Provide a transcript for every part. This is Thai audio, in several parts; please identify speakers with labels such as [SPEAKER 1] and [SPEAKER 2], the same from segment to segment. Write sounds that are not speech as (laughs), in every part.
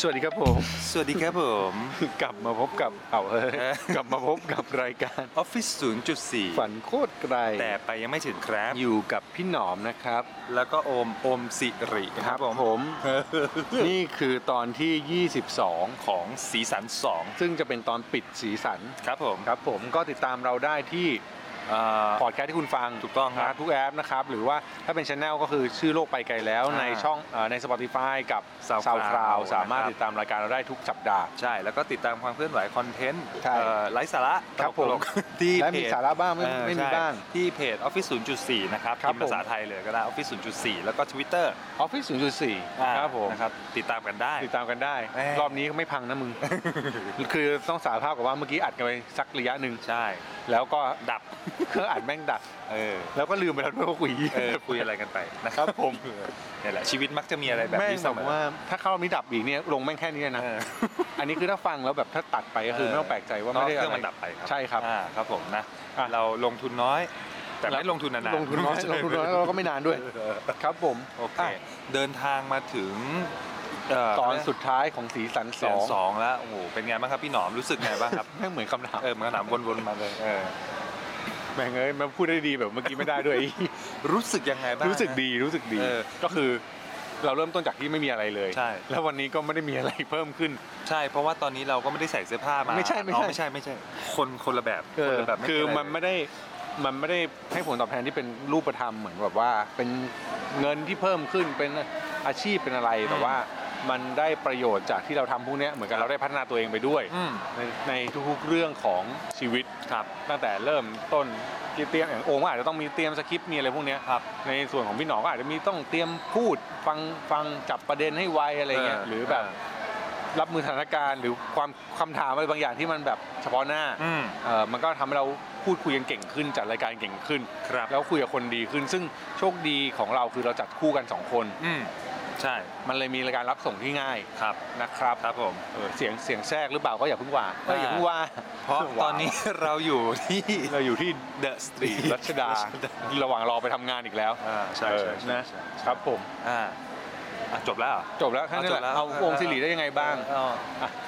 [SPEAKER 1] สวัสดีครับผม (laughs)
[SPEAKER 2] สวัสดีครับผม
[SPEAKER 1] กลับมาพบกับเอาเฮ้ย
[SPEAKER 2] (laughs) เออ
[SPEAKER 1] กลับมาพบกับรายการ (laughs)
[SPEAKER 2] ออฟฟิศ0.4
[SPEAKER 1] ฝันโคตรไกล
[SPEAKER 2] แต่ไปยังไม่ถึงครับ
[SPEAKER 1] อยู่กับพี่หนอมนะครับ
[SPEAKER 2] แล้วก็โอมโอมสิริครับผม
[SPEAKER 1] ผม (laughs) นี่คือตอนที่ 22
[SPEAKER 2] ของสีสัน
[SPEAKER 1] ซึ่งจะเป็นตอนปิดสีสัน
[SPEAKER 2] 2 ครับผม
[SPEAKER 1] ครับผมก็ติดตามเราได้ที่
[SPEAKER 2] เอ่อ
[SPEAKER 1] พอดแคสต์ที่คุณฟัง
[SPEAKER 2] ถูกต้องครับ
[SPEAKER 1] นะทุกแอปนะครับ หรือว่าถ้าเป็นช anel ก็คือชื่อโลกไปไกลแล้ว
[SPEAKER 2] อ่า
[SPEAKER 1] ในช่องเอ่อใน Spotify กับ
[SPEAKER 2] SoundCloud
[SPEAKER 1] SoundCloud สามารถ
[SPEAKER 2] นะครับ
[SPEAKER 1] ติดตามรายการเราได้ทุกสัปดาห์
[SPEAKER 2] ใช่ แล้วก็ติดตามความเคลื่อนไหวคอนเทนต์
[SPEAKER 1] ใช่
[SPEAKER 2] เอ่อไร้สาระ
[SPEAKER 1] ครับ
[SPEAKER 2] ตลก (laughs)
[SPEAKER 1] ผม
[SPEAKER 2] ๆที่
[SPEAKER 1] และ
[SPEAKER 2] เพ
[SPEAKER 1] มี
[SPEAKER 2] จ
[SPEAKER 1] สาระบ้างไม่
[SPEAKER 2] เออ
[SPEAKER 1] ไม่มี
[SPEAKER 2] ใช่
[SPEAKER 1] บ้าง
[SPEAKER 2] ที่เพจออฟฟิศ0.4 นะครับ
[SPEAKER 1] ครับ
[SPEAKER 2] พิมพ์ภาษา
[SPEAKER 1] ผม
[SPEAKER 2] ไทยเลยก็ได้ออฟฟิศ0.4 แล้วก็ Twitter
[SPEAKER 1] ออฟฟิศ0.4ครับผม
[SPEAKER 2] นะครับติดตามกันได้
[SPEAKER 1] (laughs) ติดตามกันได้
[SPEAKER 2] เอ้ย
[SPEAKER 1] รอบนี้ก็ไม่พังนะมึง (laughs) คือต้องสารภาพกับว่าเมื่อกี้อัดกันไปสักระยะหนึ่ง
[SPEAKER 2] ใช่
[SPEAKER 1] แล้วก็ (laughs)
[SPEAKER 2] ดับ
[SPEAKER 1] เครื่องอัดแม่งดับ
[SPEAKER 2] เออ
[SPEAKER 1] แล้วก็ลืมไปแล้วด้วยว่าคุย
[SPEAKER 2] เออ คุยอะไรกันไปนะครับผมนี่แหละชีวิตมักจะมีอะไรแบบ
[SPEAKER 1] แม่ง
[SPEAKER 2] นี้เส
[SPEAKER 1] แบ
[SPEAKER 2] ม
[SPEAKER 1] บ
[SPEAKER 2] อ
[SPEAKER 1] ว่าถ้าเข้ารอบนี้ดับอีกเนี่ยลงแม่งแค่นี้เลยนะ
[SPEAKER 2] เออ
[SPEAKER 1] (laughs) อันนี้คือถ้าฟังแล้วแบบถ้าตัดไปก็คือ
[SPEAKER 2] เออ
[SPEAKER 1] ไม่ต้องแปลกใจว่า
[SPEAKER 2] ก็
[SPEAKER 1] ไม่ได้
[SPEAKER 2] เค
[SPEAKER 1] อะ
[SPEAKER 2] รื่อง
[SPEAKER 1] ไร
[SPEAKER 2] มันดับไปครั
[SPEAKER 1] ใช่ครับ
[SPEAKER 2] อ่าครับผมนะ
[SPEAKER 1] อ่ะ
[SPEAKER 2] เราลงทุนน้อย แต่
[SPEAKER 1] แล้ว
[SPEAKER 2] ไม่ลงทุนนานๆ
[SPEAKER 1] ลงทุนน้อย
[SPEAKER 2] ใช่
[SPEAKER 1] ลงทุนน้อยแล้วเราก็ไม่นานด้วย ครับผม
[SPEAKER 2] โอเค
[SPEAKER 1] อ่ะ
[SPEAKER 2] เดินทางมาถึงเ
[SPEAKER 1] ตอนสุดท้ายของสีสันส
[SPEAKER 2] เสีย
[SPEAKER 1] องง
[SPEAKER 2] สองแล้ว โอ้โห เป็นไงบ้างครับพี่หนอม รู้สึกไงบ้างครับ
[SPEAKER 1] (laughs) แม่งเหมือนคำถาม
[SPEAKER 2] เออเหมือนถามวนๆมาเลย เออ
[SPEAKER 1] แม่งเอ้ยมันพูดได้ดีแบบเมื่อกี้ไม่ได้ด้วย
[SPEAKER 2] รู้สึกยังไงบ้าง
[SPEAKER 1] รู้สึกดีรู้สึกดี
[SPEAKER 2] เออ
[SPEAKER 1] ก็คือเราเริ่มต้นจากที่ไม่มีอะไรเลย
[SPEAKER 2] ใช่
[SPEAKER 1] แล้ววันนี้ก็ไม่ได้มีอะไรเพิ่มขึ้น
[SPEAKER 2] ใช่ เพราะว่าตอนนี้เราก็ไม่ได้ใส่เสื้อผ้ามา
[SPEAKER 1] ไม่ใช่ไม่ใช่
[SPEAKER 2] อ๋อไม่ใช่ ไม่ใช่ คนคนละแบบคนละแบบ
[SPEAKER 1] คือมัน
[SPEAKER 2] เป็
[SPEAKER 1] ไม่ได้มันไม่ได้ให้ผลตอบแทนที่เป็นรูปธรรมเหมือนแบบว่า เป็นเงินที่เพิ่มขึ้นเป็นอาชีพเป็นอะไรแต่ว่ามันได้ประโยชน์จากที่เราทำพวกเนี้ยเหมือนกับเราได้พัฒนาตัวเองไปด้วย
[SPEAKER 2] อืม
[SPEAKER 1] ในในทุกๆเรื่องของชีวิต
[SPEAKER 2] ครับ
[SPEAKER 1] ตั้งแต่เริ่มต้นที่เตรียมอย่างโอมก็อาจจะต้องมีเตรียมสคริปต์มีอะไรพวกเนี้ย
[SPEAKER 2] ครับ
[SPEAKER 1] ในส่วนของพี่หนอก็อาจจะมีต้องเตรียมพูดฟังฟังจับประเด็นให้ไวอะไรเงี้ย
[SPEAKER 2] เออ
[SPEAKER 1] หรือแบบ
[SPEAKER 2] เออ
[SPEAKER 1] รับมือสถานการณ์หรือความคำถามอะไรบางอย่างที่มันแบบเฉพาะหน้า
[SPEAKER 2] อืม
[SPEAKER 1] เอ่อมันก็ทำให้เราพูดคุยกันเก่งขึ้นจัดรายการเก่งขึ้น
[SPEAKER 2] ครับ
[SPEAKER 1] แล้วคุยกับคนดีขึ้น ซึ่งโชคดีของเราคือเราจัดคู่กันสองคน
[SPEAKER 2] อืมใช่
[SPEAKER 1] มันเลยมีรายการรับส่งที่ง่าย
[SPEAKER 2] ครับ
[SPEAKER 1] นะครับ
[SPEAKER 2] ครับผม
[SPEAKER 1] เออเสียงเสียงแทรกหรือเปล่าก็อย่าเพิ่งว่าเอ้ย
[SPEAKER 2] อ่า
[SPEAKER 1] อย่าเพิ่งว่า
[SPEAKER 2] เพราะตอนนี้เราอยู่ที่
[SPEAKER 1] เราอยู่ที่
[SPEAKER 2] The
[SPEAKER 1] ดี
[SPEAKER 2] Street
[SPEAKER 1] รัชดาระหว่างรอไปทำงานอีกแล้ว
[SPEAKER 2] อ่าใช่ใช่
[SPEAKER 1] เออ
[SPEAKER 2] ใช่
[SPEAKER 1] นะ
[SPEAKER 2] ใช่
[SPEAKER 1] ครับผม
[SPEAKER 2] อ่าอ่ะจบแล้วเหรอ
[SPEAKER 1] จบแล้วแค่นั้นแหละ
[SPEAKER 2] เอาจบแล้ว
[SPEAKER 1] เอาองค์สิริได้ยังไงบ้าง
[SPEAKER 2] เออ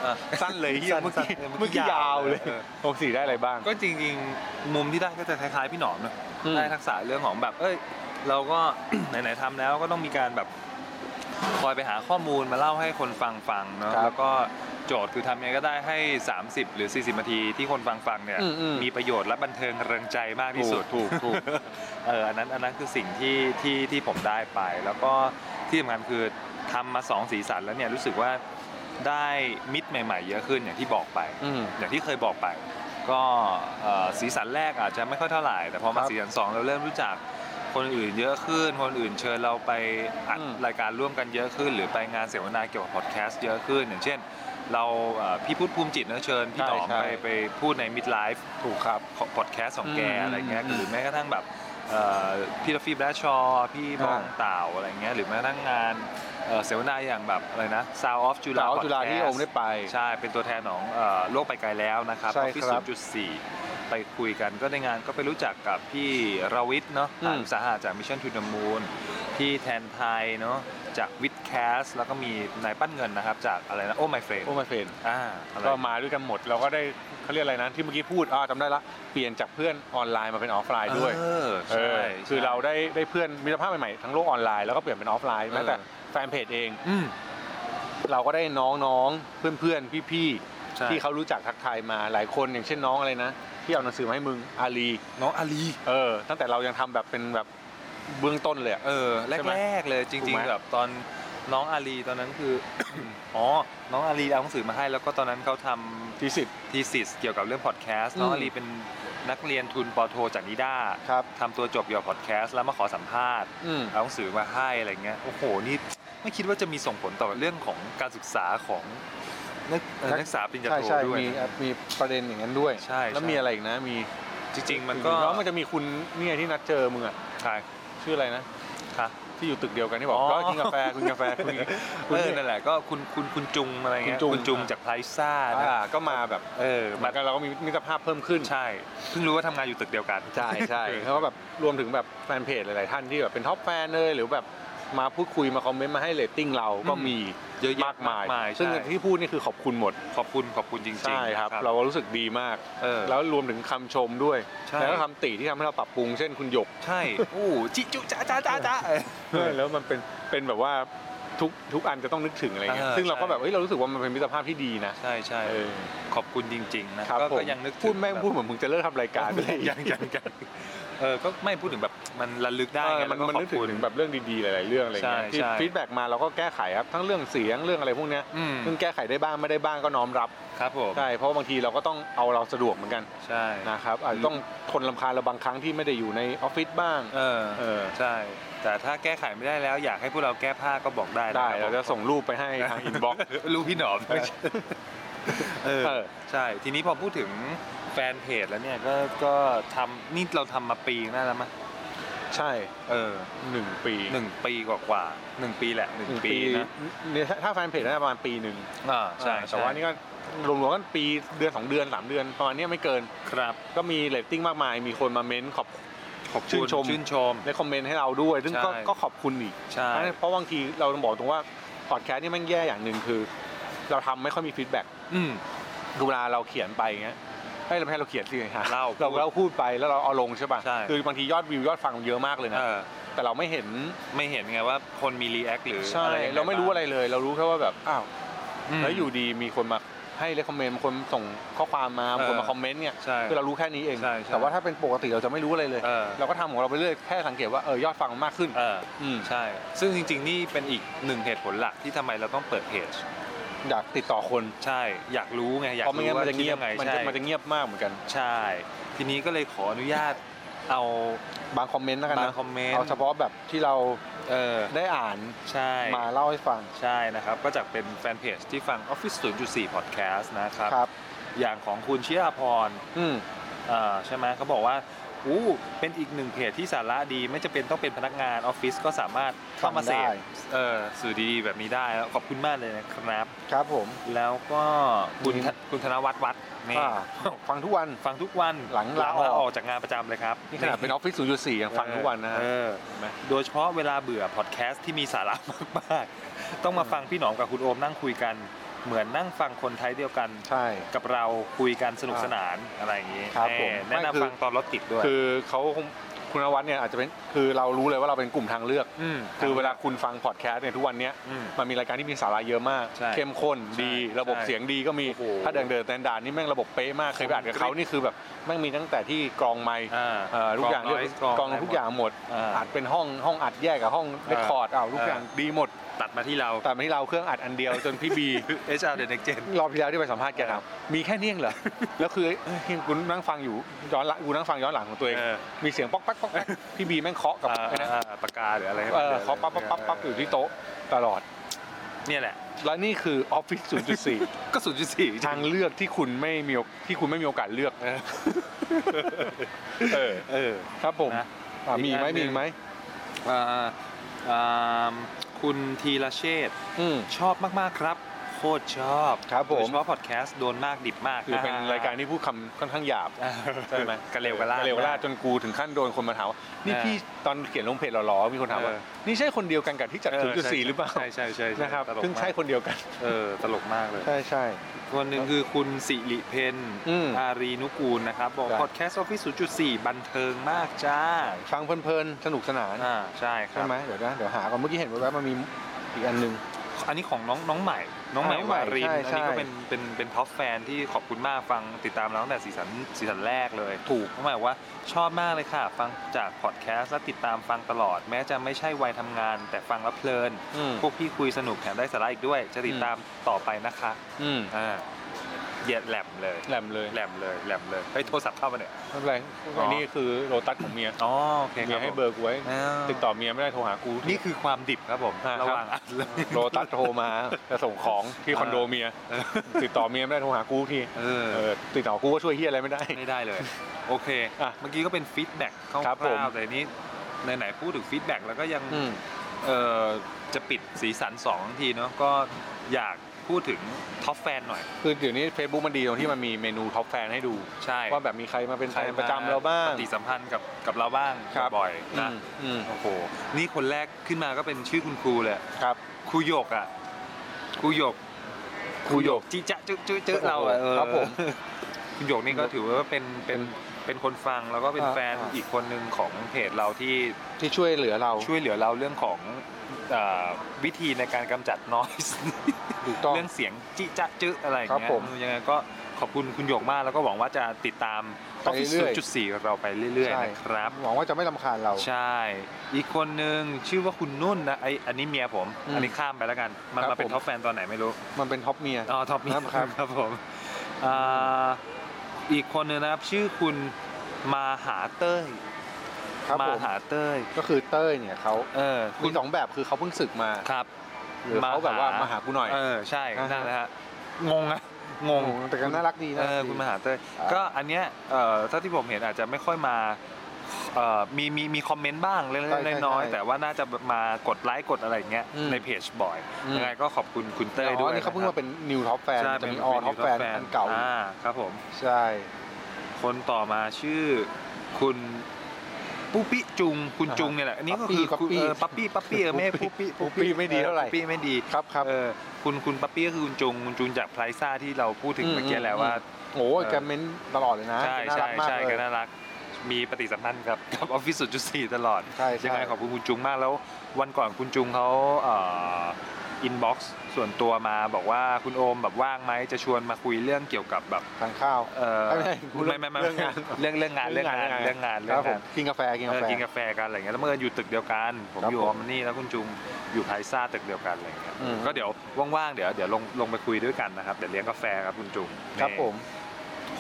[SPEAKER 2] เออ
[SPEAKER 1] สั้นเลยเหี้ย
[SPEAKER 2] สั้น
[SPEAKER 1] เมื่อกี้
[SPEAKER 2] สั้น
[SPEAKER 1] เมื่อกี้ยาวเลย
[SPEAKER 2] เออ
[SPEAKER 1] องค์สิริได้อะไรบ้าง
[SPEAKER 2] ก็จริงๆ มุมที่ได้ก็จะคล้ายๆพี่หนอมนะ
[SPEAKER 1] อืม
[SPEAKER 2] ได้ทักษะเรื่องของแบบ เอ้ย เราก็ (coughs) ไหนๆทำแล้วก็ต้องมีการแบบคอยไปหาข้อมูลมาเล่าให้คนฟังฟังเนาะ
[SPEAKER 1] ครับ
[SPEAKER 2] แล้วก็โจทย์คือทำยังไงก็ได้ให้ 30 หรือ 40นาทีที่คนฟังฟังเนี่ย
[SPEAKER 1] อืมอืม
[SPEAKER 2] มีประโยชน์และบันเทิงเริงใจมากที่สุด
[SPEAKER 1] ถูกถูก
[SPEAKER 2] (laughs) เอออันนั้นอันนั้นคือสิ่งที่ที่ที่ผมได้ไป แล้วก็ที่สำคัญคือทำมาสองสีสันแล้วเนี่ยรู้สึกว่าได้มิตรใหม่ ๆ เยอะขึ้นอย่างที่บอกไป
[SPEAKER 1] อืม
[SPEAKER 2] อย่างที่เคยบอกไป ก็เอ่อสีสันแรกอาจจะไม่ค่อยเท่าไหร่ แต่พอมา
[SPEAKER 1] ครับ
[SPEAKER 2] สีสันสองเราเริ่มรู้จักคนอื่นเยอะขึ้น คนอื่นเชิญเราไปอัด
[SPEAKER 1] อืม
[SPEAKER 2] รายการร่วมกันเยอะขึ้น หรือไปงานเสวนาเกี่ยวกับพอดแคสต์เยอะขึ้น อย่างเช่น เราเอ่อพี่พุทธภูมิจิตเนอะเชิญพี่หนอม
[SPEAKER 1] ใช่ใช่
[SPEAKER 2] ไปไปพูดใน mid life
[SPEAKER 1] ถูกครับ
[SPEAKER 2] พอดแคสต์ของแก
[SPEAKER 1] อืม
[SPEAKER 2] อะไรเงี้ย
[SPEAKER 1] อืม
[SPEAKER 2] หรือแม้กระทั่งแบบเอ่อพี่รฟฟี่แบรชชอว์พี่บองเต่าอะไรเงี้ยหรือแม้กระทั่งงานเอ่อเสวนาอย่างแบบอะไรนะ Sound of
[SPEAKER 1] ุฬา
[SPEAKER 2] Jula
[SPEAKER 1] จุฬาที่องค์ได้ไป
[SPEAKER 2] ใช่ เป็นตัวแทนของเอ่อโลกไปไกลแล้วนะครับ
[SPEAKER 1] ใช่
[SPEAKER 2] ออฟฟิศ
[SPEAKER 1] ค
[SPEAKER 2] ศ
[SPEAKER 1] รับ
[SPEAKER 2] จุดสี่ไปคุยกันก็ในงานก็ไปรู้จักกับพี่ราวิทย์เนาะ
[SPEAKER 1] อืม
[SPEAKER 2] อุตสาหะจากมิชชั่นทูนมูนพี่แทนไทยเนาะจากวิดแคสแล้วก็มีนายปั้นเงินนะครับ จากอะไรนะ โอ้ไมเฟรน
[SPEAKER 1] โอ้มาเฟน
[SPEAKER 2] อ่าอะไร
[SPEAKER 1] ก็มาด้วยกันหมดเราก็ได้เขาเรียกอะไรนะที่เมื่อกี้พูดอ่าจำได้ละเปลี่ยนจากเพื่อนออนไลน์มาเป็นออฟไลน์ด้วย
[SPEAKER 2] เออ
[SPEAKER 1] เอ
[SPEAKER 2] ใช่
[SPEAKER 1] อคือ
[SPEAKER 2] ใช่
[SPEAKER 1] เราได้ได้เพื่อนมิตรภาพใหม่ๆทั้งโลกออนไลน์แล้วก็เปลี่ยนเป็นออฟไลน์
[SPEAKER 2] เออ
[SPEAKER 1] แม้แต่แฟนเพจเอง
[SPEAKER 2] อืม
[SPEAKER 1] เราก็ได้น้องๆเพื่อนๆพี่
[SPEAKER 2] ใช่
[SPEAKER 1] ๆที่เขารู้จักทักทายมาหลายคนอย่างเช่นน้องอะไรนะ ที่เอาหนังสือมาให้มึงอาลี
[SPEAKER 2] น้องอาลี
[SPEAKER 1] เออตั้งแต่เรายังทำแบบเป็นแบบเบื้องต้นเลยอะ
[SPEAKER 2] เออ
[SPEAKER 1] ใช่ไหม
[SPEAKER 2] แรกๆเลยจ
[SPEAKER 1] ถู
[SPEAKER 2] ริ
[SPEAKER 1] ก
[SPEAKER 2] ง
[SPEAKER 1] ไหม
[SPEAKER 2] ๆแบบตอนน้องอาลีตอนนั้นคือ (coughs) อ๋อน้องอาลีเอาหนังสือมาให้แล้วก็ตอนนั้นเขาทำ
[SPEAKER 1] ที่สิบ
[SPEAKER 2] ทีสิสเกี่ยวกับเรื่องพอดแคสต์
[SPEAKER 1] อืม
[SPEAKER 2] น้องอลีเป็นนักเรียนทุนปอโทจากนิด้า
[SPEAKER 1] ครับ
[SPEAKER 2] ทำตัวจบเกี่ยวกับพอดแคสต์แล้วมาขอสัมภาษณ์
[SPEAKER 1] อืม
[SPEAKER 2] เอาหนังสือมาให้อะไรเงี้ยโอ้โหนี่ไม่คิดว่าจะมีส่งผลต่อเรื่องของการศึกษาของ นักเอ่อนักศึกษาปริญญา
[SPEAKER 1] ใช่
[SPEAKER 2] โท
[SPEAKER 1] ใช่
[SPEAKER 2] ด้วย
[SPEAKER 1] มีมีประเด็นอย่างนั้นด้วย
[SPEAKER 2] ใช่
[SPEAKER 1] แล้ว
[SPEAKER 2] ใช่
[SPEAKER 1] มีอะไรอีกนะมี
[SPEAKER 2] จริง ๆ มันก็
[SPEAKER 1] แล้วมันจะมีคุณเนี่ยที่นัดเจอมึงอะ
[SPEAKER 2] ใช่
[SPEAKER 1] ชื่ออะไรนะ
[SPEAKER 2] ค่ะ
[SPEAKER 1] ที่อยู่ตึกเดียวกันที่บอก
[SPEAKER 2] อ๋อ
[SPEAKER 1] ก็กินกาแฟคุณกาแฟคุณคุ
[SPEAKER 2] เอ
[SPEAKER 1] ณ
[SPEAKER 2] อ
[SPEAKER 1] เนี่ย
[SPEAKER 2] นั่นแหละก็คุณคุณคุณจุงอะไรเงี้
[SPEAKER 1] คุ
[SPEAKER 2] ย
[SPEAKER 1] ณจุง
[SPEAKER 2] คุณจุงจากไพรซ่านะ
[SPEAKER 1] อ่าก็มาแบบ
[SPEAKER 2] เออ
[SPEAKER 1] เหมื
[SPEAKER 2] มา
[SPEAKER 1] อนกันเราก็มีมิตรภาพเพิ่มขึ้น
[SPEAKER 2] ใช่ เพิ่งรู้ว่าทำงานอยู่ตึกเดียวกัน
[SPEAKER 1] ใช่ใช่แล้วก็แบบรวมถึงแบบแฟนเพจหลาย ๆ ท่านที่แบบเป็นท็อปแฟนเลย หรือแบบมาพูดคุยมาคอมเมนต์มาให้เรตติ้งเราก็
[SPEAKER 2] อืม
[SPEAKER 1] มี
[SPEAKER 2] เยอะแยะ
[SPEAKER 1] มากมาย
[SPEAKER 2] มากมาย
[SPEAKER 1] ซึ่ง
[SPEAKER 2] ใช่
[SPEAKER 1] ที่พูดนี่คือขอบคุณหมด
[SPEAKER 2] ขอบคุณขอบคุณจริงๆ
[SPEAKER 1] ใช่ครับ
[SPEAKER 2] นะ
[SPEAKER 1] เราก็รู้สึกดีมาก
[SPEAKER 2] เออ
[SPEAKER 1] แล้วรวมถึงคำชมด้วย
[SPEAKER 2] ใช่
[SPEAKER 1] แล้วก็คำติที่ทำให้เราปรับปรุงเช่นคุณหยก
[SPEAKER 2] ใช่โอ้จิจุจ้าจ้าจ้าจ้า
[SPEAKER 1] ใช่แล้วมันเป็นเป็นแบบว่าทุกทุกอันจะต้องนึกถึงอะไรเงี้ย
[SPEAKER 2] เออ
[SPEAKER 1] ซึ่งเราก็
[SPEAKER 2] ใช่
[SPEAKER 1] แบบเอ้ยเรารู้สึกว่ามันเป็นมิตรภาพที่ดีนะ
[SPEAKER 2] ใช่ใช่
[SPEAKER 1] เออ
[SPEAKER 2] ขอบคุณจริงๆนะครับ ก็
[SPEAKER 1] ผม
[SPEAKER 2] ก็ยังนึกถึ
[SPEAKER 1] พูดแม่ง
[SPEAKER 2] บบ
[SPEAKER 1] พูดเหมือนมึงจะเลิกทำรายการอะไร
[SPEAKER 2] ยังยังยังเออก็ไม่พูดถึงแบบมันระลึกได้
[SPEAKER 1] เออ
[SPEAKER 2] ไง
[SPEAKER 1] มัน
[SPEAKER 2] แล้ว
[SPEAKER 1] มัน
[SPEAKER 2] ขอ
[SPEAKER 1] นึกถึง
[SPEAKER 2] คุณ
[SPEAKER 1] ถึงแบบเรื่องดีๆหลายๆเรื่องอะไรเงี้ย
[SPEAKER 2] ใช่
[SPEAKER 1] ที่
[SPEAKER 2] ใช่
[SPEAKER 1] ฟีดแบ็กมาเราก็แก้ไขครับทั้งเรื่องเสียงเรื่องอะไรพวกเนี้ย
[SPEAKER 2] อืม
[SPEAKER 1] ซึ่งแก้ไขได้บ้างไม่ได้บ้างก็น้อมรับ
[SPEAKER 2] ครับผม
[SPEAKER 1] ใช่เพราะบางทีเราก็ต้องเอาเราสะดวกเหมือนกัน
[SPEAKER 2] ใช่
[SPEAKER 1] นะครับอาจจะต้องทนลำคาญเราบางครั้งที่ไม่ได้อยู่ในออฟฟิศบ้าง
[SPEAKER 2] เออ
[SPEAKER 1] เออ
[SPEAKER 2] ใช่ แต่ถ้าแก้ไขไม่ได้แล้วอยากให้พวกเราแก้ผ้าก็บอกได้นค
[SPEAKER 1] ได้
[SPEAKER 2] บ
[SPEAKER 1] เราจะส่งรูปไปให้ทางอินบ็อกซ์
[SPEAKER 2] รู้พี่หนอม เออ
[SPEAKER 1] เออ
[SPEAKER 2] ใช่ ทีนี้พอพูดถึงแฟนเพจแล้วเนี่ยก็ก็ทำนี่เราทำมาปีหน่าแล้วมั้ย
[SPEAKER 1] ใช่
[SPEAKER 2] เออ
[SPEAKER 1] หนึ่งปี
[SPEAKER 2] หนึ่งปีกว่ากว่าๆหนึ่งปีแหละหนึ่งปีนะ
[SPEAKER 1] เนี่ยถ้าแฟนเพจน่าจะประมาณปีหนึ่ง
[SPEAKER 2] อ่าใช่
[SPEAKER 1] อ่าแต่ว่านี่ก็รวมๆกันปีเดือนสองเดือนสามเดือนประมาณเนี้ยไม่เกิน
[SPEAKER 2] ครับ
[SPEAKER 1] ก็มีเรตติ้งมากมาย มีคนมาเม้นต์ขอบขอบชื่นชม
[SPEAKER 2] ชื่นชม
[SPEAKER 1] และคอมเมนต์ให้เราด้วย ซึ่งก็
[SPEAKER 2] ใช่
[SPEAKER 1] ก็ขอบคุณอีก
[SPEAKER 2] ใช่
[SPEAKER 1] เพราะบางทีเราบอกตรงว่าพอดแคสต์นี่มันแย่อย่างหนึ่งคือ เราทำไม่ค่อยมีฟีดแบ็ก
[SPEAKER 2] อืม
[SPEAKER 1] คือเวลาเราเขียนไปอย่างเงี้ยให้เราให้เราเขียนสิฮะ
[SPEAKER 2] เล่า
[SPEAKER 1] เราเราพูดไปแล้วเราเอาลงใช่ป่ะ
[SPEAKER 2] ใช่
[SPEAKER 1] คือบางทียอดวิวยอดฟังมันเยอะมากเลยนะ
[SPEAKER 2] เออ
[SPEAKER 1] แต่เราไม่เห็น
[SPEAKER 2] ไม่เห็นไงว่าคนมีรีแอคหรือ
[SPEAKER 1] ใช่
[SPEAKER 2] อะไรยังง
[SPEAKER 1] เราไม่รู้
[SPEAKER 2] บ้ง
[SPEAKER 1] อะไรเลย เรารู้แค่ว่าแบบอ้าว
[SPEAKER 2] ม
[SPEAKER 1] แล้วอยู่ดีมีคนมาให้เลคคอมเมนต์คนส่งข้อความมา
[SPEAKER 2] เออ
[SPEAKER 1] คนมาคอมเมนต์เนี่ย
[SPEAKER 2] ใช่
[SPEAKER 1] คือเรารู้แค่นี้เอง
[SPEAKER 2] ใช่ใช่
[SPEAKER 1] แต่ว่าถ้าเป็นปกติเราจะไม่รู้อะไรเลย
[SPEAKER 2] เออ
[SPEAKER 1] เราก็ทำของเราไปเรื่อยแค่สังเกตว่าเออยอดฟังมันมากขึ้น
[SPEAKER 2] เออ
[SPEAKER 1] อืม
[SPEAKER 2] ใช่ ซึ่งจริง ๆ นี่เป็นอีกหนึ่งเหตุผลหลักที่ทำไมเราต้องเปิดเพจ
[SPEAKER 1] อยากติดต่อคน
[SPEAKER 2] ใช่ อยากรู้ไงอยาก
[SPEAKER 1] เพราะไม่
[SPEAKER 2] รู้
[SPEAKER 1] งั้นมั
[SPEAKER 2] ว่าน
[SPEAKER 1] จะ
[SPEAKER 2] คิด
[SPEAKER 1] เงียบ
[SPEAKER 2] ยังไง
[SPEAKER 1] มันจะ
[SPEAKER 2] ใช่
[SPEAKER 1] มันจะเงียบมากเหมือนกัน
[SPEAKER 2] ใช่ ทีนี้ก็เลยขออนุญาตเอา
[SPEAKER 1] บางคอมเมนต์นะกัน
[SPEAKER 2] บาง
[SPEAKER 1] นะ
[SPEAKER 2] คอมเมนต์
[SPEAKER 1] เอาเฉพาะแบบที่เรา
[SPEAKER 2] เออ
[SPEAKER 1] ได้อ่าน
[SPEAKER 2] ใช่
[SPEAKER 1] มาเล่าให้ฟัง
[SPEAKER 2] ใช่นะครับ ก็จากเป็นแฟนเพจที่ฟัง Office 0.4 Podcast นะครับ
[SPEAKER 1] ครับ
[SPEAKER 2] อย่างของคุณชิราพร
[SPEAKER 1] อืม
[SPEAKER 2] เอ่อใช่ไหมเขาบอกว่าอู้เป็นอีกหนึ่งเพจที่สาระดี ไม่จะเป็นต้องเป็นพนักงานออฟฟิศก็สามารถเข้ามาเส
[SPEAKER 1] ฟัง
[SPEAKER 2] พ
[SPEAKER 1] ได้
[SPEAKER 2] เออสื่อดีๆแบบนี้ได้แล้วขอบคุณมากเลยนะครับ
[SPEAKER 1] ครับผม
[SPEAKER 2] แล้วก็คุณ
[SPEAKER 1] อืม
[SPEAKER 2] คุณธนวัฒน์วัดนี่
[SPEAKER 1] อ่าฟังทุกวัน
[SPEAKER 2] ฟังทุกวัน
[SPEAKER 1] หลังลาออก
[SPEAKER 2] ลาออกจากงานประจำเลยครับ
[SPEAKER 1] นี่ขนาดเป็นออฟฟิศศูนย์จุดสี่ยังฟังทุกวันนะฮะ
[SPEAKER 2] เออ
[SPEAKER 1] เห็นไหม
[SPEAKER 2] โดยเฉพาะเวลาเบื่อพอดแคสต์ที่มีสาระมากๆ ต้องมา
[SPEAKER 1] อืม
[SPEAKER 2] ฟังพี่หนอมกับคุณโอมนั่งคุยกัน เหมือนนั่งฟังคนไทยเดียวกัน
[SPEAKER 1] ใช่
[SPEAKER 2] กับเราคุยกันสนุกสนานอะไรอย่างนี้
[SPEAKER 1] ครับ
[SPEAKER 2] เออ
[SPEAKER 1] ผม
[SPEAKER 2] แนะ
[SPEAKER 1] ไม่คือ
[SPEAKER 2] นำฟังตอนรถติดด้วย
[SPEAKER 1] คือเขาคงคุณนวัดเนี่ยอาจจะเป็นคือเรารู้เลยว่าเราเป็นกลุ่มทางเลือก
[SPEAKER 2] ม
[SPEAKER 1] คือเวลาคุณฟังพอดแคสต์เนี่ยทุกวันเนี้ย
[SPEAKER 2] อืม
[SPEAKER 1] มันมีรายการที่มีสาระเยอะมาก
[SPEAKER 2] ใช่
[SPEAKER 1] เข้มข้นดี
[SPEAKER 2] ใช่
[SPEAKER 1] ระบบ
[SPEAKER 2] ใช่
[SPEAKER 1] เสียงดีก็มี
[SPEAKER 2] โอ้โห
[SPEAKER 1] ถ้าเดินเดินแตนดานนี่แม่งระบบเป๊ะมากเคยไปอ่านกับเขา
[SPEAKER 2] กริ๊บ
[SPEAKER 1] นี่คือแบบแม่งมีตั้งแต่ที่กรองไมค์
[SPEAKER 2] อ่า
[SPEAKER 1] เอ่อทุกอย่าง
[SPEAKER 2] น้อย
[SPEAKER 1] เรียบกรองทุกอย่างหมด
[SPEAKER 2] อ่า
[SPEAKER 1] อัดเป็นห้องห้องอัดแยกกับห้องเรคคอร์ดอ้าวทุก
[SPEAKER 2] อ่า
[SPEAKER 1] อย่างดีหมด
[SPEAKER 2] ตัดมาที่เรา
[SPEAKER 1] แต่ไม่ที่เราเครื่องอัดอันเดียวจนพี่บี (laughs)
[SPEAKER 2] คือ HR The Next Gen
[SPEAKER 1] รอบที่แล้วที่ไปสัมภาษณ์แกถามมีแค่เนี้ยงเห
[SPEAKER 2] (laughs)
[SPEAKER 1] รอแล้วคือเอ้ยกูนั่งฟังอยู่ย้อนหลังกูนั่งฟังย้อนหลังของตัวเอง
[SPEAKER 2] เออ
[SPEAKER 1] มีเสียงป๊อกแป๊กป๊อกแป๊กพี่บีแม่งเคาะกับ
[SPEAKER 2] อ่า
[SPEAKER 1] ไอ้นะ
[SPEAKER 2] อ่าปากกาหรืออะไร
[SPEAKER 1] เออเคาะปั๊บปั๊บปั๊บปั๊บอยู่ที่โต๊ะตลอด
[SPEAKER 2] เนี่ยแหละ
[SPEAKER 1] และนี่คือออฟฟิศ0.4
[SPEAKER 2] (laughs) ก็ศูนย์จุดสี่
[SPEAKER 1] ทางเลือกที่คุณไม่มีโอที่คุณไม่มีโอกาสเลือกเออ
[SPEAKER 2] เออ
[SPEAKER 1] ครับผม
[SPEAKER 2] นะ
[SPEAKER 1] อ่ะมีไหม
[SPEAKER 2] อีกอันหนึ่
[SPEAKER 1] มี
[SPEAKER 2] ง
[SPEAKER 1] ไหม
[SPEAKER 2] อ่าอ่าคุณธีรเชษฐ์
[SPEAKER 1] อืม
[SPEAKER 2] ชอบมากๆครับ โคตรชอบ
[SPEAKER 1] ครับผม
[SPEAKER 2] โดยเฉพาะพอดแคสต์โดนมากดิบมาก
[SPEAKER 1] คือเป็นรายการที่พูดคำค่อนข้างหยาบ ใช่
[SPEAKER 2] ใช่
[SPEAKER 1] ไห
[SPEAKER 2] ไห
[SPEAKER 1] ม
[SPEAKER 2] มกระเลวกระลาด
[SPEAKER 1] เร็วล่าจนกูถึงขั้นโดนคนมาถามว่านี่
[SPEAKER 2] เออ
[SPEAKER 1] พี่ตอนเขียนลงเพจหล่อๆมีคนถามว่า
[SPEAKER 2] เออ
[SPEAKER 1] นี่ใช่คนเดียวกันกับที่จัด
[SPEAKER 2] เอใช่
[SPEAKER 1] 0.4หรือเปล่า
[SPEAKER 2] ใช่ใช่ใช่ใช่
[SPEAKER 1] นะครับ
[SPEAKER 2] ตลก
[SPEAKER 1] ซึ่งใช่
[SPEAKER 2] มาก
[SPEAKER 1] คนเดียวกัน
[SPEAKER 2] เออตลกมากเลย
[SPEAKER 1] ใช่ใช่
[SPEAKER 2] คนหนึ่งคือคุณสิริเพน
[SPEAKER 1] อืม
[SPEAKER 2] อารีนุกูลนะครับ บอก
[SPEAKER 1] ครับ
[SPEAKER 2] พอดแคสต์ออฟฟิศ0.4 บันเทิงมากจ้า
[SPEAKER 1] ฟังเพลินๆ สนุกสนาน
[SPEAKER 2] อ่าใช่ครั
[SPEAKER 1] ใช่
[SPEAKER 2] บ
[SPEAKER 1] ไหมเดี๋ยวนะเดี๋ยวหาก่อนเมื่อกี้เห็นแว๊บๆมันมีอีกอันหนึ่ง
[SPEAKER 2] อันนี้ของน้องน้องใหม่ น้องใหม่
[SPEAKER 1] อ่าน้องใหม่
[SPEAKER 2] วาริน
[SPEAKER 1] ใช่
[SPEAKER 2] อันนี้ก็
[SPEAKER 1] ใช่
[SPEAKER 2] เป็นเป็นเป็นท็อปแฟนที่ขอบคุณมากฟังติดตามเราตั้งแต่ซีซั่นซีซั่นแรกเลย ถูกน้องใหม่บอกว่าชอบมากเลยค่ะ ฟังจากพอดแคสต์และติดตามฟังตลอด แม้จะไม่ใช่วัยทำงาน แต่ฟังแล้วเพลิน
[SPEAKER 1] อืม
[SPEAKER 2] พวกพี่คุยสนุกแถมได้สาระอีกด้วย จะติดตามต่อไปนะคะ
[SPEAKER 1] อืม
[SPEAKER 2] อ่า เหยียดแหลมเลย
[SPEAKER 1] แหลมเลย
[SPEAKER 2] แหลมเลย แหลมเลย เฮ้ย โทรศัพท์เข้ามาเนี่ย
[SPEAKER 1] ไม่เป็นไร
[SPEAKER 2] อ๋อ
[SPEAKER 1] นี่คือโรตัสของเมีย
[SPEAKER 2] อ๋อ โอเคค
[SPEAKER 1] เมี
[SPEAKER 2] รั
[SPEAKER 1] ย
[SPEAKER 2] บ
[SPEAKER 1] ให้
[SPEAKER 2] ผม
[SPEAKER 1] เบอร์กูไว้
[SPEAKER 2] อ้าว
[SPEAKER 1] ติดต่อเมียไม่ได้โทรหากู
[SPEAKER 2] นี่คือความดิบครับผม
[SPEAKER 1] อ่าค
[SPEAKER 2] ระห
[SPEAKER 1] รับ
[SPEAKER 2] ว่างอัดเลย
[SPEAKER 1] โรตัสโทรมาจะส่งของที่คอนโดเมีย
[SPEAKER 2] เออ
[SPEAKER 1] ติดต่อเมียไม่ได้โทรหากูที
[SPEAKER 2] เออ
[SPEAKER 1] เออติดต่อกูก็ช่วยเฮียอะไรไม่ได้
[SPEAKER 2] ไม่ได้
[SPEAKER 1] (laughs)
[SPEAKER 2] เลย โอเค
[SPEAKER 1] อ่ะ
[SPEAKER 2] เมื่อกี้ก็เป็นฟีดแบ็กคร
[SPEAKER 1] ครับผ่
[SPEAKER 2] าม วๆแต่นี้ไหนๆพูดถึงฟีดแบ็กแล้วก็ยัง
[SPEAKER 1] อืม
[SPEAKER 2] เอ่อจะปิดสีสันสองทีเนาะก็อยากพูดถึงท็อปแฟนหน่อย
[SPEAKER 1] คือเดี๋ยวนี้ Facebook มันดีตรงที่มันมีเมนูท็อปแฟนให้ดู
[SPEAKER 2] ใช่
[SPEAKER 1] ว่าแบบมีใครมาเป็นแฟ
[SPEAKER 2] ใคร
[SPEAKER 1] นประจำเราบ้าง
[SPEAKER 2] ปฏิสัมพันธ์กับกับเราบ้าง
[SPEAKER 1] ครับ
[SPEAKER 2] บ่อยๆ
[SPEAKER 1] อื
[SPEAKER 2] นะ
[SPEAKER 1] มอืม
[SPEAKER 2] โอ้โหนี่คนแรกขึ้นมาก็เป็นชื่อคุณครูเลย
[SPEAKER 1] ครับ
[SPEAKER 2] ครูหยกอ่ะครูหยก
[SPEAKER 1] ครูหยก
[SPEAKER 2] จิจะเจ๊ะเจ๊ะเจ๊ะเราอ่ะเออ
[SPEAKER 1] ครับผม
[SPEAKER 2] คุณหยกนี่ก็ถือว่าเป็นเป็นเป็นคนฟังแล้วก็เป็น
[SPEAKER 1] อ่า
[SPEAKER 2] แฟน
[SPEAKER 1] อ่า
[SPEAKER 2] อีกคนหนึ่งของเพจเราที่
[SPEAKER 1] ที่ช่วยเหลือเรา
[SPEAKER 2] ช่วยเหลือเราเรื่องของเอ่อวิธีในการกำจัด noise
[SPEAKER 1] ถู (laughs) กต้อง
[SPEAKER 2] เรื่องเสียงจิจะจึอะไรอย่าง
[SPEAKER 1] ครั
[SPEAKER 2] เงี้
[SPEAKER 1] บ
[SPEAKER 2] ย
[SPEAKER 1] ผม
[SPEAKER 2] เออยังไงก็ขอบคุณคุณหยกมากแล้วก็หวังว่าจะติดตาม
[SPEAKER 1] ไปเรื่อย
[SPEAKER 2] จุดสี่เราไปเรื่อย
[SPEAKER 1] ใช่
[SPEAKER 2] ๆนะครับ
[SPEAKER 1] หวังว่าจะไม่ลำคาญเรา
[SPEAKER 2] ใช่ อีกคนนึงชื่อว่าคุณนุ่นนะไออันนี้เมียผม
[SPEAKER 1] อืม
[SPEAKER 2] อันนี้ข้ามไปแล้วกัน มัน
[SPEAKER 1] ครับ
[SPEAKER 2] มาเป็
[SPEAKER 1] ผ
[SPEAKER 2] น
[SPEAKER 1] ม
[SPEAKER 2] ท็อปแฟนตอนไหนไม่รู้
[SPEAKER 1] มันเป็นท็อปเมีย
[SPEAKER 2] อ๋อท็อปนี้
[SPEAKER 1] ครับ
[SPEAKER 2] ครับผมอ่าอีกคนนึงนะครับ ชื่อคุณมาหาเต้ย
[SPEAKER 1] ครับ
[SPEAKER 2] มา
[SPEAKER 1] ผม
[SPEAKER 2] หาเต้ย
[SPEAKER 1] ก็คือเต้ยเนี่ยเขา
[SPEAKER 2] เออ
[SPEAKER 1] มีสองแบบคือเขาเพิ่งศึกมา
[SPEAKER 2] ครับ
[SPEAKER 1] หรือเขาแบบว่ามาหากูหน่อย
[SPEAKER 2] เออใช่
[SPEAKER 1] อ่าฮะ
[SPEAKER 2] นั่นแหละฮะงงอะงง
[SPEAKER 1] แต่ก็น่ารักดีนะ
[SPEAKER 2] เออคุณมหาเต้ย
[SPEAKER 1] อ่า
[SPEAKER 2] ก็อันเนี้ยเอ่อเท่าที่ผมเห็นอาจจะไม่ค่อยมาเอ่อมีมีมีคอมเมนต์บ้างเล็ก
[SPEAKER 3] ใช่ใช่
[SPEAKER 2] ๆน้อย
[SPEAKER 3] ใช่
[SPEAKER 2] ๆแต่ว่าน่าจะมากดไลค์กดอะไรอย่างเงี้ยในเพจบ่อย
[SPEAKER 1] อืม
[SPEAKER 2] ยังไงก็ขอบคุณคุณเต้ย
[SPEAKER 3] อ๋
[SPEAKER 2] ด้
[SPEAKER 3] อ
[SPEAKER 2] วย
[SPEAKER 3] นี่เขาเพิ่ง
[SPEAKER 2] ะครั
[SPEAKER 3] มา
[SPEAKER 2] บ
[SPEAKER 3] เป็นนิวท็อปแฟน
[SPEAKER 2] ใช่
[SPEAKER 3] จะมี
[SPEAKER 2] เป็
[SPEAKER 3] ออท็อปแฟน
[SPEAKER 2] ป็
[SPEAKER 3] อันเก่า
[SPEAKER 2] Top Fan อ่ครับผม
[SPEAKER 3] ใช่
[SPEAKER 2] คนต่อมาชื่อคุณปุ๊ปิจุงคุณ
[SPEAKER 1] อ่าฮะ
[SPEAKER 2] จุงเนี่ยแหละอันนี้ก็
[SPEAKER 3] Puppy Puppy
[SPEAKER 2] คือเออปั๊ปปี้ปั๊ปปี้เออไม่ให้ปุ๊ปิ
[SPEAKER 1] ปุ๊ปิไม่ดีเท่าไหร่
[SPEAKER 2] ปุ๊ปิไม่ดี
[SPEAKER 3] ครับครับ
[SPEAKER 2] เออคุณคุณปั๊ปปี้ก็คือคุณจุงคุณจุงจากไพรซ่าที่เราพูดถึง
[SPEAKER 1] อืม
[SPEAKER 2] เมื่อกี้แล้ว
[SPEAKER 1] อืม
[SPEAKER 2] ว่า
[SPEAKER 3] โอ้
[SPEAKER 2] เออ
[SPEAKER 3] แกเม้นตลอดเลยนะ
[SPEAKER 2] ใช่
[SPEAKER 3] น่ารัก
[SPEAKER 2] ใช่
[SPEAKER 3] มาก
[SPEAKER 2] ใช่
[SPEAKER 3] เล
[SPEAKER 2] ก็
[SPEAKER 3] ย
[SPEAKER 2] น่ารัก มีปฏิสัมพันธ์กับ (laughs) กับออฟฟิศสุดจุดสี่ตลอด
[SPEAKER 3] ใช่ใช่
[SPEAKER 2] ยังไงขอบคุณคุณจุงมากแล้ววันก่อนคุณจุงเขาเอินบ็อกซ์ส่วนตัวมาบอกว่าคุณโอมแบบว่างไหมจะชวนมาคุยเรื่องเกี่ยวกับแบบ
[SPEAKER 3] ทานข้าว
[SPEAKER 2] เอ่อ
[SPEAKER 3] ไม่ไม่
[SPEAKER 2] ไม่ไม่ไม่
[SPEAKER 3] เรื่องงาน
[SPEAKER 2] เรื่องเรื่องงานเรื่องงานเรื่องงาน
[SPEAKER 3] ค
[SPEAKER 2] เรื่อ
[SPEAKER 3] รับ
[SPEAKER 2] ง
[SPEAKER 3] ผ
[SPEAKER 2] งาม น
[SPEAKER 3] กินกาแฟกิ
[SPEAKER 2] เอก
[SPEAKER 3] นา
[SPEAKER 2] อ
[SPEAKER 3] แฟ
[SPEAKER 2] กินกาแฟกันอะไรเงี้ยแล้วเมื่ออยู่ตึกเดียวกัน ผม
[SPEAKER 3] ครับ
[SPEAKER 2] อยู่
[SPEAKER 3] ผ
[SPEAKER 2] อ
[SPEAKER 3] ม
[SPEAKER 2] อมนี่แล้วคุณจุงอยู่ไพซ่าตึกเดียวกันอะไรเงี้ย
[SPEAKER 3] อืม
[SPEAKER 2] ก็เดี๋ยวว่างๆเดี๋ยวเดี๋ยวลงลงไปคุยด้วยกันนะครับเดี๋ยวเลี้ยงกาแฟครับคุณจุง
[SPEAKER 3] ครับ
[SPEAKER 2] นี่
[SPEAKER 3] ผม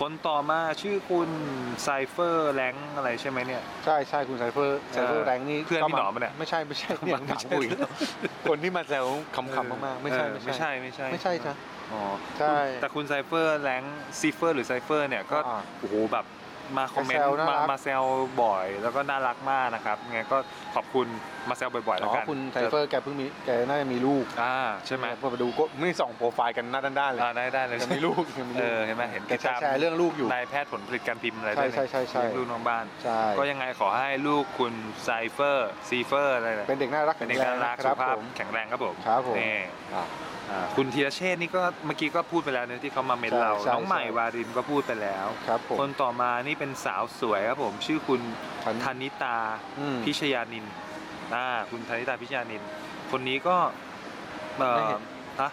[SPEAKER 2] คนต่อมาชื่อคุณไซเฟอร์แรงอะไรใช่ไหมเนี่ย
[SPEAKER 3] ใช่ใช่คุณไซเฟอร์ไซเฟอ
[SPEAKER 2] เอ
[SPEAKER 3] ร์
[SPEAKER 2] อ
[SPEAKER 3] แรงนี่
[SPEAKER 2] เพื่อน
[SPEAKER 3] ก็
[SPEAKER 2] พี่หนอมปะเนี่ย
[SPEAKER 3] ไม่ใช่ ไม่ใช่เนี่ย
[SPEAKER 2] ไม่
[SPEAKER 3] ถาม
[SPEAKER 2] ใช่
[SPEAKER 3] คุยคนที่มาแซวขำๆมากๆ ไม่ใช่
[SPEAKER 2] เออไม่ใช่ไม่ใช่
[SPEAKER 3] ไม่ใช่จ้ะ
[SPEAKER 2] อ๋อ
[SPEAKER 3] ใช่
[SPEAKER 2] แต่คุณไซเฟอร์แรงซีเฟอร์หรือไซเฟอร์เนี่ยก็
[SPEAKER 3] อ่า
[SPEAKER 2] โอ้โหแบบมาคอมเมน
[SPEAKER 3] แซว
[SPEAKER 2] ต์
[SPEAKER 3] น่ารั
[SPEAKER 2] มาก มาแซวบ่อยแล้วก็น่ารักมากนะครับยังไงก็ขอบคุณมาแซวบ่อยๆแล้
[SPEAKER 3] อ๋
[SPEAKER 2] ว
[SPEAKER 3] อ
[SPEAKER 2] กัน
[SPEAKER 3] คุณไซเฟอร์แกเพิ่งมีแกน่าจะมีลูก
[SPEAKER 2] อ่าใช่ไหม
[SPEAKER 3] พอมาดูก็ไม่ได้ส่องโปรไฟล์กันหน้าด้านๆเลย
[SPEAKER 2] อ่าได้ได้เลย
[SPEAKER 3] ยังมีลูกยังมี
[SPEAKER 2] เอ
[SPEAKER 3] ลูก
[SPEAKER 2] อเห็นไหมเห็น
[SPEAKER 3] แกแชร์แชร์เรื่องลูกอยู่
[SPEAKER 2] นายแพทย์ผลผลิตการพิมพ์อะไร
[SPEAKER 3] ใช่
[SPEAKER 2] ด้วยนะ
[SPEAKER 3] ใช่ใช่ใช่
[SPEAKER 2] เลี้ยงลูกน้องบ้าน
[SPEAKER 3] ใช่
[SPEAKER 2] ก็ยังไงขอให้ลูกคุณไซเฟอร์ซีเฟอร์อะไรนะ
[SPEAKER 3] เป็นเด็กน่ารัก
[SPEAKER 2] เป็นเด็กน่ารัก
[SPEAKER 3] แงะค
[SPEAKER 2] สุ
[SPEAKER 3] รับ
[SPEAKER 2] ภา
[SPEAKER 3] ผ
[SPEAKER 2] พ
[SPEAKER 3] ม
[SPEAKER 2] แข็งแรงครับผม
[SPEAKER 3] ครับผม
[SPEAKER 2] นี่
[SPEAKER 3] อ่ะ
[SPEAKER 2] อ่าคุณธีรเชษฐ์นี่ก็เมื่อกี้ก็พูดไปแล้วเนะที่เขามาเมนเรา
[SPEAKER 3] ใช่ใช่
[SPEAKER 2] น้องใหม่
[SPEAKER 3] ใช่
[SPEAKER 2] วารินก็พูดไปแล้ว
[SPEAKER 3] ครับผม
[SPEAKER 2] คนต่อมานี่เป็นสาวสวยครับผมชื่อคุณ
[SPEAKER 3] ทัน
[SPEAKER 2] ธนิตา
[SPEAKER 3] อืม
[SPEAKER 2] พิชยานินอ่าคุณธนิตาพิชยานิน คนนี้ก็เอ่
[SPEAKER 3] ไม่
[SPEAKER 2] อ
[SPEAKER 3] เห็น
[SPEAKER 2] ฮะ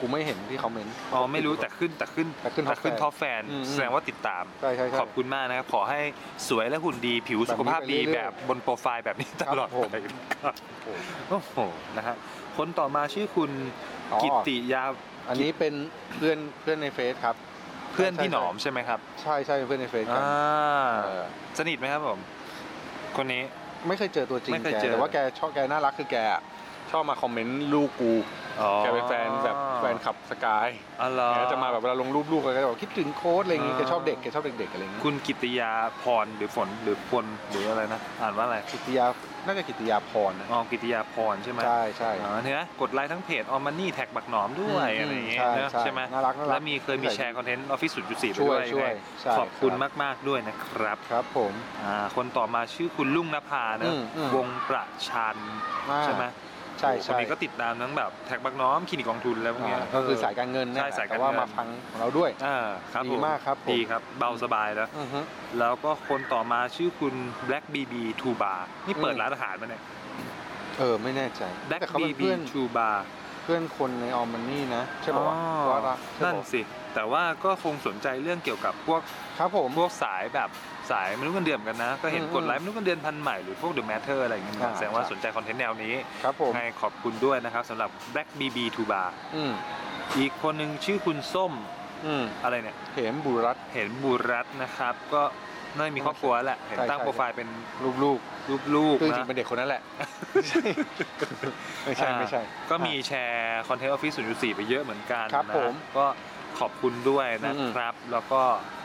[SPEAKER 3] กูไม่เห็นที่คอมเมนต์
[SPEAKER 2] อ๋อไม่รู้แต่ขึ้นแต่ขึ้น
[SPEAKER 3] แต่ขึ้น top
[SPEAKER 2] ท็อปแฟน
[SPEAKER 3] อืม
[SPEAKER 2] แสดงว่าติดตาม
[SPEAKER 3] ใช่ใช่ใช่
[SPEAKER 2] ขอบคุณมากนะครับ ขอให้สวยและหุ่นดีผิวสุขภาพดี
[SPEAKER 3] แบบนี้ไปเรื่อยๆ
[SPEAKER 2] แบบบนโปรไฟล์แบบนี้ตลอด
[SPEAKER 3] ครับผม
[SPEAKER 2] ไปครับโอ้โหนะฮะคนต่อมาชื่อคุณ
[SPEAKER 3] อ๋อ
[SPEAKER 2] กิตติยา
[SPEAKER 3] อันนี้เป็นเพื่อนเพื่อนในเฟซครับ
[SPEAKER 2] เพื่อนพี่หนอมใช่ไหมครับ
[SPEAKER 3] ใช่ใช่เป็นเพื่อนในเฟซกัน
[SPEAKER 2] อ่า
[SPEAKER 3] เออ
[SPEAKER 2] สนิทไหมครับผม คนนี้
[SPEAKER 3] ไม่เคยเจอตัวจริง
[SPEAKER 2] ไม่เคย
[SPEAKER 3] แก
[SPEAKER 2] เจอ
[SPEAKER 3] แต่ว่าแกชอบแกน่ารักคือแกอะชอบมาคอมเมนต์ลูกกู
[SPEAKER 2] อ๋อ
[SPEAKER 3] แกเป็นแฟนแบบแฟนขับสกาย
[SPEAKER 2] อ๋อเหรอ
[SPEAKER 3] แกจะมาแบบเวลาลงรูปลูกแกจะบอกคิดถึงโค้ดอะไรอย่างงี้
[SPEAKER 2] อ่า
[SPEAKER 3] แกชอบเด็กแกชอบเด็กๆอะไรอย่างงี้
[SPEAKER 2] คุณกิตติยาพรหรือฝนหรือพลหรืออะไรนะอ่านว่าอะไร
[SPEAKER 3] กิตติยาน่าจะกิตติยาพรนะ
[SPEAKER 2] อ๋อกิตติยาพรใช่ไหม
[SPEAKER 3] ใช่ใช่
[SPEAKER 2] อ๋อเนี่ยกดไลค์ทั้งเพจออมมันนี่แท็กบักหนอมด้วยอะไรอย่างเงี้ยเนอะใช่ไหม
[SPEAKER 3] น่ารักน่ารัก
[SPEAKER 2] และมีเคยมีแชร์คอนเทนต์ออฟฟิศสุดจุดสี่
[SPEAKER 3] ช่
[SPEAKER 2] ด้
[SPEAKER 3] ว
[SPEAKER 2] วย ย
[SPEAKER 3] ช่วย
[SPEAKER 2] นะ
[SPEAKER 3] ใช่
[SPEAKER 2] ขอบคุณ
[SPEAKER 3] รับ
[SPEAKER 2] มาก ๆ ด้วยนะครับ
[SPEAKER 3] ครับผม
[SPEAKER 2] อ่าคนต่อมาชื่อคุณลุงนภานะ
[SPEAKER 3] อืมอืม
[SPEAKER 2] วงประชัน
[SPEAKER 3] อ่า
[SPEAKER 2] ใช่ไหม
[SPEAKER 3] ใช่
[SPEAKER 2] คน
[SPEAKER 3] ใช่
[SPEAKER 2] นี้ก็ติดตามทั้งแบบแท็กบักน้อมคลินิกกองทุนอะไรพวกเนี้
[SPEAKER 3] อ่าย ก็คือสายการเงินนะ
[SPEAKER 2] ใช่สายการ
[SPEAKER 3] แต่ว่า
[SPEAKER 2] เงิน
[SPEAKER 3] มาฟังของเราด้วย
[SPEAKER 2] อ่าครับ
[SPEAKER 3] ดี
[SPEAKER 2] ผม
[SPEAKER 3] ากครับผม
[SPEAKER 2] ดีครับ เบาสบายแล้ว
[SPEAKER 3] อือฮึ
[SPEAKER 2] แล้วก็คนต่อมาชื่อคุณ Black BB Two Bar นี่เปิดร้านอาหารมาเนี่ย
[SPEAKER 3] เออไม่แน่ใจ
[SPEAKER 2] Black
[SPEAKER 3] แต่เขาเป็น
[SPEAKER 2] BB
[SPEAKER 3] เพื่อน
[SPEAKER 2] Two Bar
[SPEAKER 3] เพื่อนคนในออมมันนี่นะ ใช่ป่าวะ
[SPEAKER 2] อ๋อ
[SPEAKER 3] ว่าละใช่
[SPEAKER 2] นั่น
[SPEAKER 3] ปะวะ
[SPEAKER 2] สิ แต่ว่าก็คงสนใจเรื่องเกี่ยวกับพวก
[SPEAKER 3] ครับผม
[SPEAKER 2] พวกสายแบบสายมนุษย์เงินเดือนเหมือนกันนะ ก็เห็น
[SPEAKER 3] อืม
[SPEAKER 2] กดไลค์มนุษย์เงินเดือนพันใหม่หรือพวก The Matter อะไรอย่างเงี้ยนะ
[SPEAKER 3] อ่า
[SPEAKER 2] แสดงว่า
[SPEAKER 3] ใช่
[SPEAKER 2] สนใจคอนเทนต์แนวนี้
[SPEAKER 3] ครับผม
[SPEAKER 2] ไงขอบคุณด้วยนะครับสำหรับ Black BB t o Bar
[SPEAKER 3] อืม
[SPEAKER 2] อีกคนหนึ่งชื่อคุณส้ม
[SPEAKER 1] อืม
[SPEAKER 2] อะไรเนี่ย
[SPEAKER 1] เห็มบุรัตน์
[SPEAKER 2] เห็นบุรัตน์นะครับ ก็น่อยมีครอบครัวแล้วแหละเห็น
[SPEAKER 1] ใช่
[SPEAKER 2] ตั้ง
[SPEAKER 1] ใช่
[SPEAKER 2] โปรไฟล์เป็น
[SPEAKER 1] ลูก
[SPEAKER 2] ลูก
[SPEAKER 1] ๆคือจ
[SPEAKER 2] ๆ
[SPEAKER 1] ริงๆเป็น
[SPEAKER 2] นะ
[SPEAKER 1] เด็กคน
[SPEAKER 2] (laughs)
[SPEAKER 1] นั้นแหละ ไม่ใช่ไม่ใช่
[SPEAKER 2] อ่าก็มีแชร์คอนเทนต์ออฟฟิศ0.4 ไปเยอะเหมือนกัน
[SPEAKER 1] ครับ
[SPEAKER 2] นะ
[SPEAKER 1] ผม
[SPEAKER 2] ก็ขอบคุณด้วยนะ
[SPEAKER 1] อืม
[SPEAKER 2] ครับ แล้วก็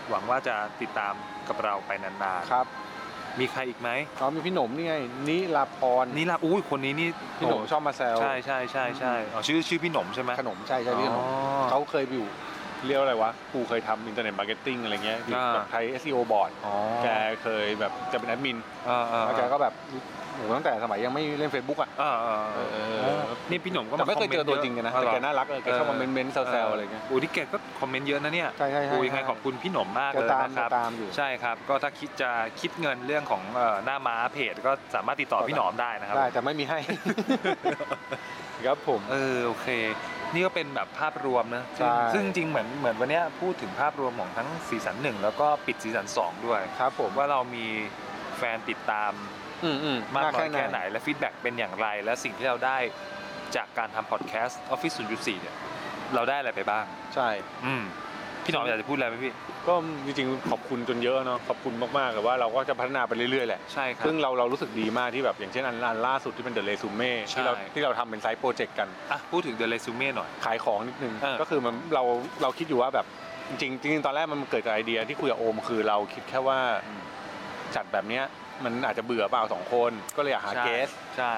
[SPEAKER 2] หวังว่าจะติดตามกับเราไปนาน
[SPEAKER 1] ครับ
[SPEAKER 2] ๆ มีใครอีกไหม
[SPEAKER 1] เขามีพี่หนมนี่ไงนิลาพร
[SPEAKER 2] นี่ละอุ้ยคนนี้นี่
[SPEAKER 1] พี่หนมชอบมาแซว
[SPEAKER 2] ใช่ใช่ใช่ใช่อ๋อชื่อชื่อพี่หนมใช่ไหม
[SPEAKER 1] ขนมใช่ใช่พี่หนม
[SPEAKER 2] อ๋อ
[SPEAKER 1] เขาเคยอยู่เรียกว่าอะไรวะกูเคยทำอินเทอร์เน็ตมาร์เก็ตติ้งอะไรเงี้ยอยู่
[SPEAKER 2] อ่า
[SPEAKER 1] แบบไทย SEO บอร์ด
[SPEAKER 2] อ๋อ
[SPEAKER 1] แกเคยแบบจะเป็นแอดมิน
[SPEAKER 2] เออเออ
[SPEAKER 1] แล้วแกก็แบบโอ้โหตั้งแต่สมัยยังไม่เล่น Facebook อ่ะ
[SPEAKER 2] เออเออเอ
[SPEAKER 1] เอ
[SPEAKER 2] อ
[SPEAKER 1] อ
[SPEAKER 2] เออนี่พี่หนุ่มก็า
[SPEAKER 1] แต่ไม่เคยเจอ
[SPEAKER 2] ต
[SPEAKER 1] ตัว
[SPEAKER 2] อะ
[SPEAKER 1] จริงกันนะ
[SPEAKER 2] อ๋อ
[SPEAKER 1] แต่
[SPEAKER 2] หรอ
[SPEAKER 1] แกน่ารักเลยแกชอบมาเมนต์ๆแซวๆอะไรเงี้ย
[SPEAKER 2] โอ้ที่แกก็คอมเมนต์เยอะนะเนี่ย
[SPEAKER 1] ใช่ใช่ใช่
[SPEAKER 2] โอ้ยังไงขอบคุณพี่หนุ่มมาก
[SPEAKER 1] แก
[SPEAKER 2] เลย
[SPEAKER 1] ตามแก
[SPEAKER 2] นะครับ
[SPEAKER 1] ตามอยู่
[SPEAKER 2] ใช่ครับ ก็ถ้าคิดจะคิดเงินเรื่องของเอ่อหน้าม้าเพจก็สามารถติดต่อพี่หนอมได้นะครับ
[SPEAKER 1] ได้แต่ไม่มีให้ (laughs) ครับผม
[SPEAKER 2] เออโอเค นี่ก็เป็นแบบภาพรวมนะ
[SPEAKER 1] ใช่
[SPEAKER 2] ซึ่งจริงๆเหมือนเหมือนวันเนี้ยพูดถึงภาพรวมของทั้งซีซั่นหนึ่งแล้วก็ปิดซีซั่นสองด้วย
[SPEAKER 1] ครับผม
[SPEAKER 2] ว่าเรามีแฟนติดตาม
[SPEAKER 1] อืมอืม
[SPEAKER 2] มากน้อย
[SPEAKER 1] ห
[SPEAKER 2] แค่ไหนและฟีดแบ็กเป็นอย่างไร และสิ่งที่เราได้จากการทำพอดแคสต์ออฟฟิศ0.4เนี่ยเราได้อะไรไปบ้าง
[SPEAKER 1] ใช่
[SPEAKER 2] อืมพี่หนอมอยากจะพูดอะไรไหมพี่
[SPEAKER 1] ก็จริงๆ ขอบคุณจนเยอะเนาะ ขอบคุณมากๆแต่ว่าเราก็จะพัฒนาไปเรื่อยๆ แหละ
[SPEAKER 2] ใช่ครับ
[SPEAKER 1] ซึ่งเราเรารู้สึกดีมากที่แบบอย่างเช่นอันอันล่าสุดที่เป็นเด e r เ s ซูเม่
[SPEAKER 2] ใช่
[SPEAKER 1] ที่เราที่เราทำเป็นไซต์โปรเจกต์กัน
[SPEAKER 2] อ่ะพูดถึงเดลเรซูเม่หน่อย
[SPEAKER 1] ขายของนิดนึง
[SPEAKER 2] เออ
[SPEAKER 1] ก็คือมันเราเราคิดอยู่ว่าแบบจริงๆจริงๆตอนแรกมันเกิดจากไอเดียที่คุยกับโอมคือเราคิดแค่ว่าจัดแบบเนี้ยมันอาจจะเบื่อเปล่าสองคน ก็เลยอยากหา
[SPEAKER 2] ใช่
[SPEAKER 1] เกส
[SPEAKER 2] ใช่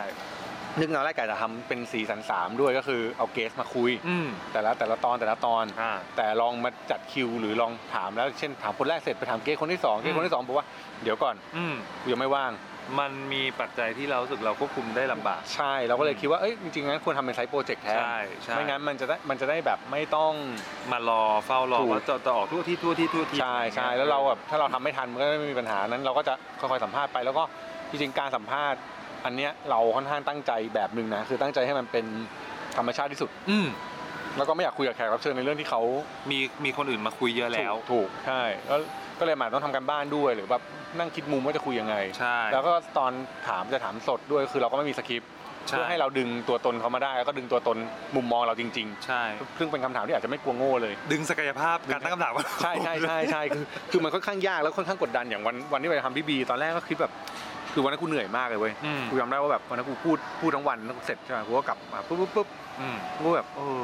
[SPEAKER 1] นึกตอนแรกกะจะทำเป็นสีสันสามด้วยก็คือเอาเกสมาคุย
[SPEAKER 2] อืม
[SPEAKER 1] แต่ละแต่ละตอนแต่ละตอน
[SPEAKER 2] อ่า
[SPEAKER 1] แต่ลองมาจัดคิวหรือลองถามแล้วเช่นถามคนแรกเสร็จไปถามเกสคนที่สองเกส
[SPEAKER 2] อืม
[SPEAKER 1] คนที่สองบอกว่าเดี๋ยวก่อน
[SPEAKER 2] อืม
[SPEAKER 1] กูยังไม่ว่าง
[SPEAKER 2] มันมีปัจจัยที่เรารู้สึกเราควบคุมได้ลำบาก
[SPEAKER 1] ใช่เราก็เลย
[SPEAKER 2] อืม
[SPEAKER 1] คิดว่าเอ้ยจริงๆงั้นควรทำเป็นไซต์โปรเจกต์แทน
[SPEAKER 2] ใช่ใช่
[SPEAKER 1] ไม่งั้นมันจะได้มันจะได้แบบไม่ต้อง
[SPEAKER 2] มารอเฝ้ารอ
[SPEAKER 1] ถูก
[SPEAKER 2] ว่าจะจะออกทั่วที่ทั่วที่ทั่วที่
[SPEAKER 1] ใช่ใช่แล้วเราแบบถ้าเราทำไม่ทันมันก็ไม่มีปัญหานั้น เราก็จะค่อยๆสัมภาษณ์ไปแล้วก็จริงๆการสัมภาษณ์ อันเนี้ยเราค่อนข้างตั้งใจแบบหนึ่งนะคือตั้งใจให้มันเป็นธรรมชาติที่สุด
[SPEAKER 2] อืม
[SPEAKER 1] แล้วก็ไม่อยากคุยกับแขกรับเชิญในเรื่องที่เขา
[SPEAKER 2] มีมีคนอื่นมาคุยเยอะแล้ว
[SPEAKER 1] ถูกถูกใช่แล้วก็เลยหมายต้องทำกันบ้านด้วยหรือแบบนั่งคิดมุมว่าจะคุยยังไง
[SPEAKER 2] ใช่
[SPEAKER 1] แล้วก็ตอนถามจะถามสดด้วยคือเราก็ไม่มีสคริปต์
[SPEAKER 2] ใช่
[SPEAKER 1] เพื่อให้เราดึงตัวตนเขามาได้แล้วก็ดึงตัวตนมุมมองเราจริง
[SPEAKER 2] ใช่
[SPEAKER 1] ๆ ซึ่งเป็นคำถามที่อาจจะไม่กลัวโง่เลย
[SPEAKER 2] ดึงศักยภาพการตั้งคำถาม
[SPEAKER 1] ใช่ใช่ใช่ใช่คือคือมันค่อนข้างยากแล้วค่อนข้างกดดันอย่างวันวันที่ไปทำพี่บีตอนแรกก็คิดแบบ คือวันนั้นกูเหนื่อยมากเลยเว้ย
[SPEAKER 2] อืม
[SPEAKER 1] กูจำได้ว่าแบบวันนั้นกูพูดพูดทั้งวันแล้วกูเสร็จใช่ไหมกูก็กลับมาปุ๊บปุ๊บปุ๊บ
[SPEAKER 2] อืม
[SPEAKER 1] กูแบบเออ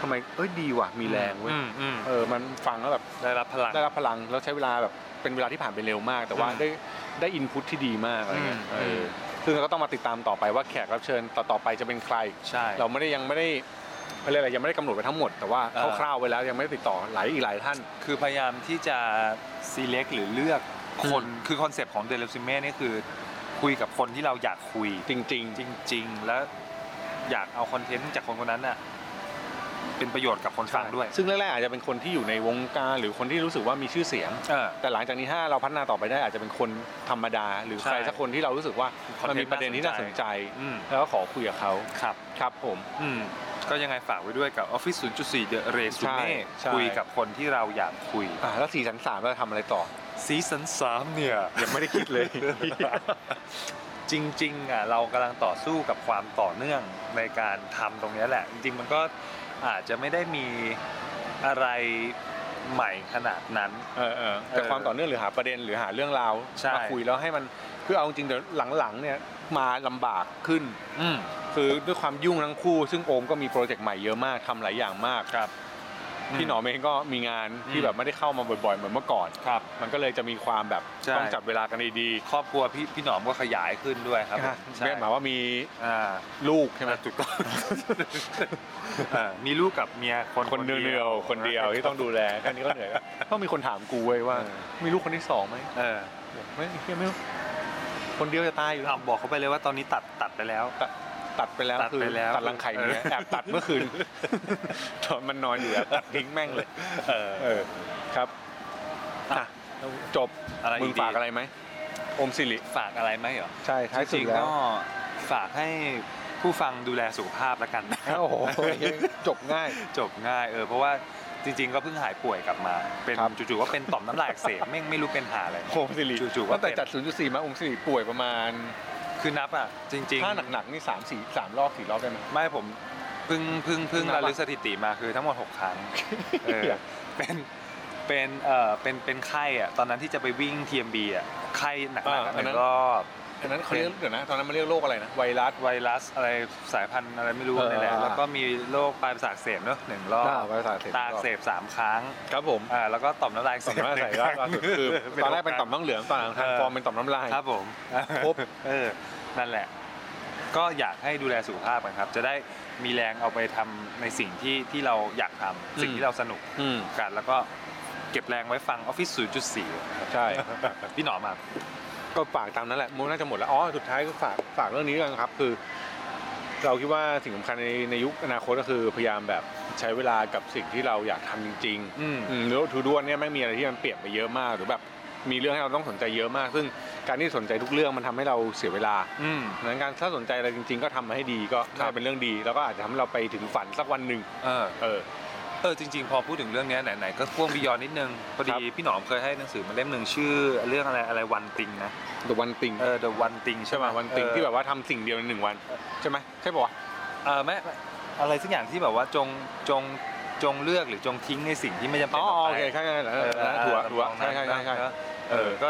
[SPEAKER 1] ทำไมเอ้ยดีว่ะมีแรงเว้ย
[SPEAKER 2] อืมอืม
[SPEAKER 1] เออมันฟังแล้วแบบ
[SPEAKER 2] ได้รับพลัง
[SPEAKER 1] ได้รับพลังแล้วใช้เวลาแบบเป็นเวลาที่ผ่านไปเร็วมาก แต่ว่า
[SPEAKER 2] อืม
[SPEAKER 1] ได้ได้อินพุตที่ดีมากอะไรเงี้ย
[SPEAKER 2] อืม
[SPEAKER 1] เอออ
[SPEAKER 2] ม
[SPEAKER 1] ซึ่งเราก็ต้องมาติดตามต่อไปว่าแขกรับเชิญต่อๆไปจะเป็นใคร
[SPEAKER 2] ใช่
[SPEAKER 1] เราไม่ได้ยังไม่ได้อะไรยกอะไรยังไม่ได้กำหนดไปทั้งหมด แต่ว่า
[SPEAKER 2] เออ
[SPEAKER 1] คร่าวๆไว้แล้วยังไม่ได้ติดต่อหลายอีกหลายท่าน
[SPEAKER 2] คือพยายามที่จะ select หรือเลือกคนคือคอนเซปต์ของเดลิซิเม่นี่ยคือ คุยกับคนที่เราอยากคุย
[SPEAKER 1] จริง
[SPEAKER 2] จริง ๆ แล้วอยากเอาคอนเทนต์จากคนคนนั้นน่ะเป็นประโยชน์กับคนฟังด้วย
[SPEAKER 1] ๆ ซึ่งแรกๆอาจจะเป็นคนที่อยู่ในวงการหรือคนที่รู้สึกว่ามีชื่อเสียง
[SPEAKER 2] เออ
[SPEAKER 1] แต่หลังจากนี้ถ้าเราพัฒนาต่อไปได้อาจจะเป็นคนธรรมดา หรือ
[SPEAKER 2] ใช่
[SPEAKER 1] ใครสักคนที่เรารู้สึกว่ามันมีประเด็นที่น่าสนใจ
[SPEAKER 2] อืม
[SPEAKER 1] แล้วก็ขอคุยกับเขา
[SPEAKER 2] ครับ
[SPEAKER 1] ครับผม
[SPEAKER 2] อืม ก็ยังไงฝากไว้ด้วยกับ Office 0.4 The Resume
[SPEAKER 1] ใช่
[SPEAKER 2] คุยกับคนที่เราอยากคุย
[SPEAKER 1] อ่ะแล้วสี่สันสามเราจะทำอะไรต่อ
[SPEAKER 2] ซีซั่น3เนี่ย
[SPEAKER 1] ยังไม่ได้คิดเลย
[SPEAKER 2] (laughs) จริงๆอ่ะเรากำลังต่อสู้กับความต่อเนื่องในการทำตรงเนี้ยแหละ จริงๆ มันก็อาจจะไม่ได้มีอะไรใหม่ขนาดนั้น
[SPEAKER 1] เออเออแต่
[SPEAKER 2] เออ
[SPEAKER 1] ความต่อเนื่องหรือหาประเด็นหรือหาเรื่องราว
[SPEAKER 2] ใช่
[SPEAKER 1] มาคุยแล้วให้มันคือเอาจริงๆเดี๋ยวหลังๆเนี่ยมาลำบากขึ้น
[SPEAKER 2] อืม
[SPEAKER 1] คือด้วยความยุ่งทั้งคู่ ซึ่งโอมก็มีโปรเจกต์ใหม่เยอะมากทำหลายอย่างมาก
[SPEAKER 2] ครับ
[SPEAKER 1] พี่หนอมเองก็มีงาน
[SPEAKER 2] อื
[SPEAKER 1] ที่
[SPEAKER 2] ม
[SPEAKER 1] แบบไม่ได้เข้ามาบ่อยๆเหมือนเมื่อก่อน
[SPEAKER 2] ครับ
[SPEAKER 1] มันก็เลยจะมีความแบบ
[SPEAKER 2] ใช่
[SPEAKER 1] ต้องจับเวลากันดี
[SPEAKER 2] ครอบครัวพี่พี่หนอมก็ขยายขึ้นด้วย
[SPEAKER 1] ๆ
[SPEAKER 2] ครับ
[SPEAKER 1] ใช่หมายว่ามี
[SPEAKER 2] อ่า
[SPEAKER 1] ลูกใช่ไหม
[SPEAKER 2] ถูกต้องอ่ามีลูกกับเมียคน
[SPEAKER 1] คนเดียวๆคนเดียวที่ต้องดูแลแค่นี้ก็เหนื่อยแล้วต้องมีคนถามกูเว้ยว่า มีลูกคนที่สองไหม
[SPEAKER 2] เออ
[SPEAKER 1] ไม่เฮียไม่รู้คนเดียวจะตายอยู่แล้ว
[SPEAKER 2] เอาบอกเขาไปเลยว่าตอนนี้ตัดตัดไปแล้ว
[SPEAKER 1] ตัดไปแล้ว
[SPEAKER 2] ตัด
[SPEAKER 1] คือ
[SPEAKER 2] ไปแล้ว
[SPEAKER 1] ตัดรังไข่เนี้ย
[SPEAKER 2] เออ
[SPEAKER 1] แอบตัดเมื่อ (laughs) คืน ตอนมันนอนอยู่แอบตัดทิ้งแม่งเลย
[SPEAKER 2] เออ
[SPEAKER 1] เออครับ
[SPEAKER 2] อ่ะ
[SPEAKER 1] จบ
[SPEAKER 2] อะไร
[SPEAKER 1] มึ
[SPEAKER 2] อี
[SPEAKER 1] ง
[SPEAKER 2] กดี
[SPEAKER 1] ฝากอะไรไหมอมสิริ
[SPEAKER 2] ฝากอะไรไหมเหรอ
[SPEAKER 1] ใช่ท้าย
[SPEAKER 2] จ
[SPEAKER 1] สุด
[SPEAKER 2] ริงๆ
[SPEAKER 1] แล้
[SPEAKER 2] ก็
[SPEAKER 1] ว
[SPEAKER 2] ฝากให้ผู้ฟังดูแลสุขภาพแล้วกัน (laughs)
[SPEAKER 1] โอ้โห (laughs) จบง่าย
[SPEAKER 2] จบง่ายเออเพราะว่าจริง ๆ ก็เพิ่งหายป่วยกลับมา เป็น
[SPEAKER 1] ครับ
[SPEAKER 2] จู่ๆก็เป็นต่อมน้ำลายอักเสบไม่งไม่รู้เป็นหาอะไร
[SPEAKER 1] อมสิริ
[SPEAKER 2] จู่ๆก็
[SPEAKER 1] ตั้งแต่
[SPEAKER 2] เป็น
[SPEAKER 1] จัด 0.4 มาอมสิริป่วยประมาณ
[SPEAKER 2] คือนับอ่ะจริงๆ
[SPEAKER 1] ถ้าหนักๆนี่3 4 3รอบ4รอบได้ไหม
[SPEAKER 2] ไม่ผม เพึ่งเพึ่งเพึ่ง
[SPEAKER 1] นับ
[SPEAKER 2] ระ
[SPEAKER 1] อะ
[SPEAKER 2] ลึกสถิติมาคือทั้งหมด 6 ค
[SPEAKER 1] (laughs)
[SPEAKER 2] รั้งเออเป็นเป็นเอ่อเป็นเป็นไข้อะตอนนั้นที่จะไปวิ่ง TMB อ่ะไข้หนัก
[SPEAKER 1] อ่า
[SPEAKER 2] ๆ
[SPEAKER 1] อั
[SPEAKER 2] ห
[SPEAKER 1] นนั้
[SPEAKER 2] นึ่
[SPEAKER 1] น
[SPEAKER 2] งรอบ
[SPEAKER 1] อันนั้นเขาเรียกเดี๋ยวนะ ตอนนั้นมันเรียกโรคอะไรนะ ไวรัส
[SPEAKER 2] ไวรัสอะไรสายพันธุ์อะไรไม่รู้
[SPEAKER 1] เออ
[SPEAKER 2] นี่แหละ
[SPEAKER 1] อ่า
[SPEAKER 2] แล้วก็มีโรคปลายประสาทอักเสพเนอะหนึ่งรอบ
[SPEAKER 1] ไวรัสอักเสบ
[SPEAKER 2] ตาอักเสพสามครั้ง
[SPEAKER 1] ครับผม
[SPEAKER 2] อ่าแล้วก็ต่อมน้ำลายอักเส
[SPEAKER 1] ต่อม
[SPEAKER 2] พ
[SPEAKER 1] น้ำลาย
[SPEAKER 2] ห
[SPEAKER 1] ใส่
[SPEAKER 2] นึ่ง
[SPEAKER 1] ก็
[SPEAKER 2] ครั้ง
[SPEAKER 1] คือตอนแรกเป็นต่อมน้ำเหลืองตอนหลังทานฟอร์มเป็นต่อมน้ำลาย
[SPEAKER 2] ครับผม
[SPEAKER 1] ครบ
[SPEAKER 2] เออ นั่นแหละ ก็อยากให้ดูแลสุขภาพกันครับ จะได้มีแรงเอาไปทำในสิ่งที่ที่เราอยากทำสิ่งที่เราสนุก
[SPEAKER 1] อืม
[SPEAKER 2] กัน แล้วก็เก็บแรงไว้ฟังออฟฟิศ0.4
[SPEAKER 1] ใช่
[SPEAKER 2] พี่หนอมครับ
[SPEAKER 1] ก็ฝากตามนั้นแหละมูน่าจะหมดแล้วอ๋อสุดท้ายก็ฝากฝากเรื่องนี้ด้วยกันครับ คือ เราคิดว่าสิ่งสำคัญในในยุคอนาคตก็คือพยายามแบบใช้เวลากับสิ่งที่เราอยากทำจริงๆ
[SPEAKER 2] อืม
[SPEAKER 1] อืมแล้วทูด้วนเนี่ยไม่งมีอะไรที่มันเปลี่ยนไปเยอะมากหรือแบบมีเรื่องให้เราต้องสนใจเยอะมาก ซึ่งการที่สนใจทุกเรื่องมันทำให้เราเสียเวลา
[SPEAKER 2] อืม
[SPEAKER 1] ดังนั้นการถ้าสนใจอะไรจริง ๆ ก็ทำมาให้ดีก็
[SPEAKER 2] ครั
[SPEAKER 1] น่า
[SPEAKER 2] บ
[SPEAKER 1] จะเป็นเรื่องดี แล้วก็อาจจะทำให้เราไปถึงฝันสักวันหนึ่ง
[SPEAKER 2] เออ
[SPEAKER 1] เออ
[SPEAKER 2] เออจริงๆ พอพูดถึงเรื่องเนี้ยไหนๆก็พ่วงบิยอนนิดนึงพอดีพี่หนอมเคยให้หนังสือมาเล่มหนึ่งชื่อเรื่องอะไรอะไรวันติงนะ
[SPEAKER 1] the one thing
[SPEAKER 2] เออ The One Thing
[SPEAKER 1] ใช่ไหมวันติง
[SPEAKER 2] เออ
[SPEAKER 1] ที่แบบว่าทำสิ่งเดียวในหนึ่งวัน ใช่ไหมใช่ปะวะ
[SPEAKER 2] เออไม่ไม่อะไรสักอย่างที่แบบว่าจงจงจงเลือกหรือจงทิ้งในสิ่งที่ไม่จำเป็น
[SPEAKER 1] อ๋อ
[SPEAKER 2] ต่อ
[SPEAKER 1] โอ
[SPEAKER 2] ไป
[SPEAKER 1] เคใช่ใช่ใช่
[SPEAKER 2] เออเออ
[SPEAKER 1] ถั่ว
[SPEAKER 2] เออ
[SPEAKER 1] ถั่ว
[SPEAKER 2] ทำนอง
[SPEAKER 1] ใช่ใช่
[SPEAKER 2] นั้น
[SPEAKER 1] ใช่ใช่
[SPEAKER 2] นะ
[SPEAKER 1] เอ
[SPEAKER 2] เอ
[SPEAKER 1] อ
[SPEAKER 2] อก็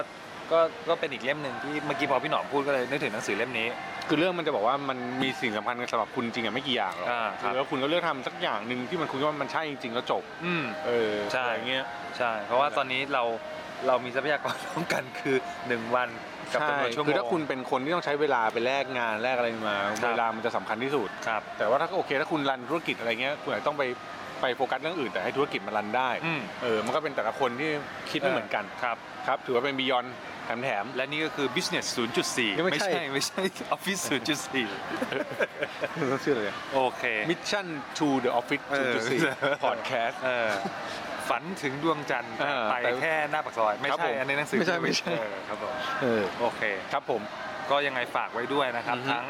[SPEAKER 2] ก็ก็เป็นอีกเล่มหนึ่งที่เมื่อกี้พอพี่หนอมพูดก็เลยนึกถึงหนังสือเล่มนี้
[SPEAKER 1] คือเรื่องมันจะบอกว่ามันมีสิ่งสำคัญสำหรับคุณจริงอะไม่กี่อย่างหรอก
[SPEAKER 2] อ่าครับ
[SPEAKER 1] แล้วคุณก็เลือกทำสักอย่างหนึ่งที่มันคุณว่ามันใช่จริงๆแล้วจบ
[SPEAKER 2] อืม
[SPEAKER 1] เออ
[SPEAKER 2] ใช่
[SPEAKER 1] อะไรอย่างเงี้ย
[SPEAKER 2] ใช่ เพราะว่าตอนนี้เราเรามีทรัพยากรร่วมกันคือ 1 วันกับจำนวนชั่วโมง
[SPEAKER 1] คือถ้าคุณเป็นคนที่ต้องใช้เวลาไปแลกงานแลกอะไรมา
[SPEAKER 2] ครับ
[SPEAKER 1] เวลามันจะสำคัญที่สุด
[SPEAKER 2] ครับ
[SPEAKER 1] แต่ว่าถ้าโอเคถ้าคุณรันธุรกิจอะไรเงี้ยคุณอาจจะต้องไปไปโฟกัสเรื่องอื่นแต่ให้ธุรกิจมันรันได้
[SPEAKER 2] อืม
[SPEAKER 1] เออมันก็เป็นแต่ละคนที่คิดไม่เหมือนกัน
[SPEAKER 2] ครับ
[SPEAKER 1] ครับ ถือว่าเป็นบียอนแถมแถม
[SPEAKER 2] และนี่ก็คือ business 0.4
[SPEAKER 1] ยังไม่
[SPEAKER 2] ไม่
[SPEAKER 1] ใช่
[SPEAKER 2] ใช่ไม่ใช่ (laughs)
[SPEAKER 1] (laughs)
[SPEAKER 2] office
[SPEAKER 1] ชื่ออะไร
[SPEAKER 2] 0.4 โอเค
[SPEAKER 1] มิชชั่น to the office
[SPEAKER 2] เออ
[SPEAKER 1] 0.4 podcast
[SPEAKER 2] เออฝันถึงดวงจันทร์
[SPEAKER 1] เออ
[SPEAKER 2] ไป
[SPEAKER 1] แต่
[SPEAKER 2] แค่หน้าปากซอย ไม่
[SPEAKER 1] ครับผ
[SPEAKER 2] ใช่
[SPEAKER 1] ม
[SPEAKER 2] อันนี้หนังสือ
[SPEAKER 1] ไม่ใช่ไม่ใช่
[SPEAKER 2] เออครับผม
[SPEAKER 1] เออ
[SPEAKER 2] โอเค
[SPEAKER 1] ครับผม
[SPEAKER 2] ก็ยังไงฝากไว้ด้วยนะครับ
[SPEAKER 1] อือฮึ
[SPEAKER 2] ทั้ง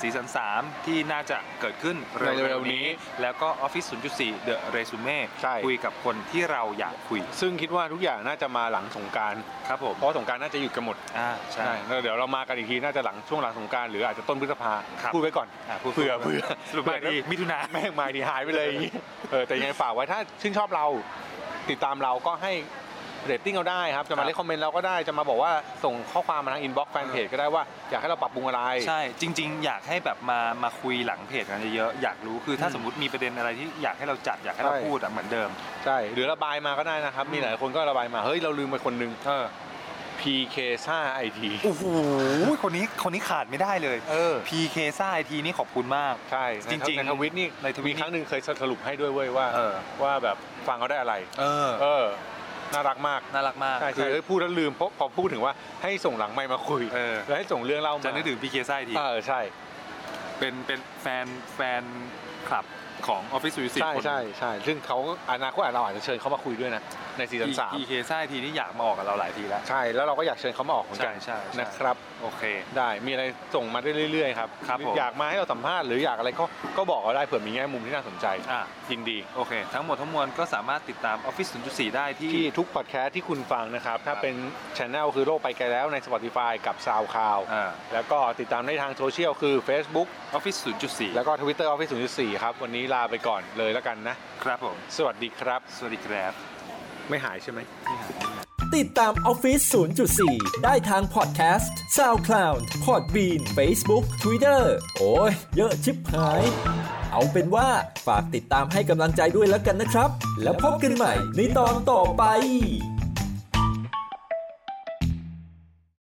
[SPEAKER 2] สีสันสามที่น่าจะเกิดขึ้น
[SPEAKER 1] ในเร็
[SPEAKER 2] เร็
[SPEAKER 1] ว
[SPEAKER 2] ว
[SPEAKER 1] ๆ
[SPEAKER 2] ๆ
[SPEAKER 1] นี้
[SPEAKER 2] นี้ แล้วก็ Office 0.4 The Resume
[SPEAKER 1] ใช่
[SPEAKER 2] คุยกับคนที่เราอยากคุย
[SPEAKER 1] ซึ่งคิดว่าทุกอย่างน่าจะมาหลังสงกราร
[SPEAKER 2] ครับผม
[SPEAKER 1] เพราะสงกรารน่าจะหยุดกันหมด
[SPEAKER 2] อ่าใช่
[SPEAKER 1] แล้วเดี๋ยวเรามากันอีกทีน่าจะหลังช่วงหลังสงกรารหรืออาจจะต้นพฤษภา
[SPEAKER 2] ครับ
[SPEAKER 1] พูดไว้ก่อน
[SPEAKER 2] อ่ะพูด
[SPEAKER 1] เผื่อเผื่อ
[SPEAKER 2] สรุปมาดีมิถุนา
[SPEAKER 1] แม่งมาดีหายไปเลยอย่างงี้เออแต่ยังไงฝากไว้ถ้าชื่นชอบเรา ติดตามเราก็ให้เรตติ้งเราได้ครับ จะมาเล่นคอมเมนต์เราก็ได้จะมาบอกว่าส่งข้อความมาทางอินบ็อกซ์แฟนเพจก็ได้ว่าอยากให้เราปรับปรุงอะไร
[SPEAKER 2] ใช่จริง ๆ อยากให้แบบมามาคุยหลังเพจกันเยอะๆอยากรู้คือถ้า
[SPEAKER 1] อืม
[SPEAKER 2] สมมติมีประเด็นอะไรที่อยากให้เราจัดอยากให้เรา
[SPEAKER 1] ใช่
[SPEAKER 2] พูดอ่ะเหมือนเดิม
[SPEAKER 1] ใช่หรือระบายมาก็ได้นะครับ มีหลายคนก็ระบายมา เฮ้ย เราลืมไปคนหนึง
[SPEAKER 2] เออ
[SPEAKER 1] PK ซ่าไอที
[SPEAKER 2] โอ้โหคนนี้คนนี้ขาดไม่ได้เลย
[SPEAKER 1] เออ
[SPEAKER 2] PK ซ่าไอทีนี่ขอบคุณมาก
[SPEAKER 1] ใช่
[SPEAKER 2] จริงๆ
[SPEAKER 1] ในทวิตนี่
[SPEAKER 2] ในทวิตนี่
[SPEAKER 1] มีครั้งหนึ่งเคยสรุปให้ด้วยเว้ยว่า
[SPEAKER 2] เออ
[SPEAKER 1] ว่าแบบฟังเขาได้อะไร
[SPEAKER 2] เออ
[SPEAKER 1] เออ น่ารักมาก
[SPEAKER 2] น่ารักมาก
[SPEAKER 1] ใช่ใช่
[SPEAKER 2] คือ
[SPEAKER 1] เฮ้ยพูดแล้วลืมเพราะพอพูดถึงว่าให้ส่งหลังไมค์มาคุย
[SPEAKER 2] เออ
[SPEAKER 1] แล้วให้ส่งเรื่องเล่ามา
[SPEAKER 2] จะนึกถึง PK ซ่าไอที
[SPEAKER 1] เออใช่
[SPEAKER 2] เป็นเป็นแฟนแฟนคลับของ Office 0.4
[SPEAKER 1] ใช่
[SPEAKER 2] คน
[SPEAKER 1] ใช่ใช่ซึ่งเขาอนาคตเราอาจจะเชิญเขามาคุยด้วยนะ ในซีซั่นสาม
[SPEAKER 2] พีเคซ่าไอทีนี่อยากมาออกกับเราหลายทีแล้ว
[SPEAKER 1] ใช่ แล้วเราก็อยากเชิญเขามาออกเหมือนกัน
[SPEAKER 2] ใช่ใช่ใช่
[SPEAKER 1] นะครับ
[SPEAKER 2] โอเค
[SPEAKER 1] ได้ มีอะไรส่งมาได้เรื่อยๆครับ
[SPEAKER 2] ครับผม
[SPEAKER 1] อยากมาให้เราสัมภาษณ์หรืออยากอะไรก็ก็บอกเราได้เผื่อมีแง่มุมที่น่าสนใจ
[SPEAKER 2] อ่ะ
[SPEAKER 1] ยินดี
[SPEAKER 2] โอเค ทั้งหมดทั้งมวลก็สามารถติดตาม Office 0.4 ได้ที่
[SPEAKER 1] ที่ทุกพอดแคสต์ที่คุณฟังนะครับ ถ้า
[SPEAKER 2] ครับ
[SPEAKER 1] เป็นช anel คือโลกไปไกลแล้วใน Spotify กับ SoundCloud
[SPEAKER 2] อ่า
[SPEAKER 1] แล้วก็ติดตามได้ทางโซเชียลคือ Facebook
[SPEAKER 2] Office 0.4
[SPEAKER 1] แล้วก็ Twitter Office 0.4ครับ วันนี้ลาไปก่อนเลยแล้วกันนะ
[SPEAKER 2] ครับผม
[SPEAKER 1] สวัสดีครับ
[SPEAKER 2] สวัสดีครับ
[SPEAKER 1] ไม่หายใช่ไหม
[SPEAKER 4] ติดตามออฟฟิศ0.4 ได้ทางพอดแคสต์ SoundCloud Podbean Facebook Twitter โอ้ย เยอะชิบหาย เอาเป็นว่าฝากติดตามให้กำลังใจด้วยแล้วกันนะครับ แล้วพบกันใหม่ในตอนต่อไป